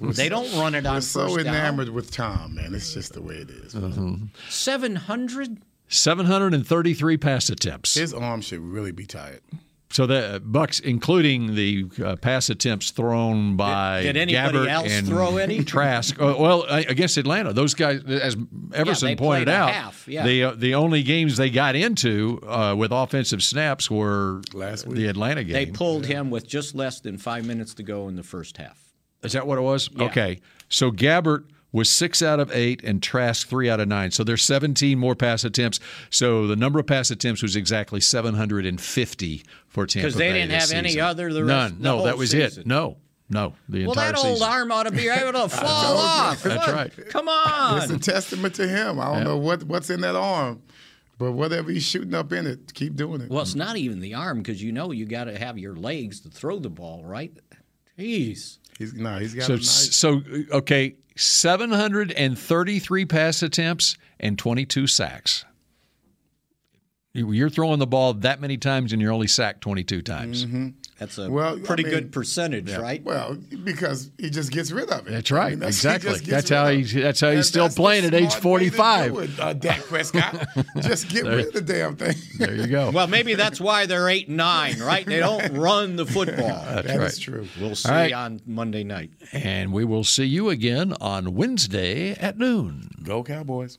[SPEAKER 3] They don't run it on
[SPEAKER 2] We're
[SPEAKER 3] first
[SPEAKER 2] so
[SPEAKER 3] down.
[SPEAKER 2] enamored with Tom, man. It's just the way it is.
[SPEAKER 1] Uh-huh.
[SPEAKER 3] Seven hundred.
[SPEAKER 1] 733 pass attempts.
[SPEAKER 2] His arm should really be tired.
[SPEAKER 1] So the uh, Bucks, including the uh, pass attempts thrown by
[SPEAKER 2] did anybody
[SPEAKER 1] Gabbert
[SPEAKER 2] else
[SPEAKER 1] and
[SPEAKER 2] throw any?
[SPEAKER 1] Trask. Uh, well, I- against Atlanta, those guys, uh, as Everson
[SPEAKER 3] they played
[SPEAKER 1] pointed
[SPEAKER 3] a
[SPEAKER 1] out,
[SPEAKER 3] half, yeah.
[SPEAKER 1] the uh, the only games they got into uh, with offensive snaps were the Atlanta game.
[SPEAKER 3] They pulled him with just less than five minutes to go in the first half.
[SPEAKER 1] Is that what it was?
[SPEAKER 3] Yeah.
[SPEAKER 1] Okay. So Gabbert was six out of eight and Trask three out of nine. So there's 17 more pass attempts. So the number of pass attempts was exactly 750 for Tampa
[SPEAKER 3] Because they
[SPEAKER 1] Bay
[SPEAKER 3] didn't
[SPEAKER 1] this
[SPEAKER 3] have any
[SPEAKER 1] season.
[SPEAKER 3] other the rest-
[SPEAKER 1] None.
[SPEAKER 3] the
[SPEAKER 1] no,
[SPEAKER 3] whole
[SPEAKER 1] that was
[SPEAKER 3] season.
[SPEAKER 1] it. No, no. The
[SPEAKER 3] well,
[SPEAKER 1] entire
[SPEAKER 3] that old
[SPEAKER 1] season.
[SPEAKER 3] arm ought to be able to fall off.
[SPEAKER 1] That's
[SPEAKER 3] What?
[SPEAKER 1] right.
[SPEAKER 3] Come on.
[SPEAKER 2] It's a testament to him. I don't
[SPEAKER 1] Yeah.
[SPEAKER 2] know what, what's in that arm, but whatever he's shooting up in it, keep doing it.
[SPEAKER 3] Well, it's not even the arm because you know you got to have your legs to throw the ball, right? Jeez.
[SPEAKER 2] He's, no, he's got
[SPEAKER 1] so,
[SPEAKER 2] a nice.
[SPEAKER 1] so okay, 733 pass attempts and 22 sacks. You- You're throwing the ball that many times and you're only sacked 22 times.
[SPEAKER 3] Mm-hmm. That's a
[SPEAKER 2] Well, I
[SPEAKER 3] pretty
[SPEAKER 2] mean-
[SPEAKER 3] good percentage,
[SPEAKER 1] Yeah.
[SPEAKER 3] right?
[SPEAKER 2] Well, because he just gets rid of it.
[SPEAKER 1] That's
[SPEAKER 2] I mean,
[SPEAKER 1] right.
[SPEAKER 2] that's- he
[SPEAKER 1] exactly.
[SPEAKER 2] just gets
[SPEAKER 1] That's
[SPEAKER 2] rid
[SPEAKER 1] how
[SPEAKER 2] of it.
[SPEAKER 1] he's that's how
[SPEAKER 2] And
[SPEAKER 1] he's still
[SPEAKER 2] that's the
[SPEAKER 1] playing at age
[SPEAKER 2] smart way to do
[SPEAKER 1] 45.
[SPEAKER 2] it, Uh, Dak Prescott, just get
[SPEAKER 1] There-
[SPEAKER 2] rid of the damn thing.
[SPEAKER 1] There you go.
[SPEAKER 3] Well, maybe that's why they're eight and nine, right? They don't run the football.
[SPEAKER 1] That's That is right.
[SPEAKER 2] true.
[SPEAKER 3] We'll see
[SPEAKER 1] right.
[SPEAKER 3] on Monday night.
[SPEAKER 1] And we will see you again on Wednesday at noon.
[SPEAKER 2] Go Cowboys.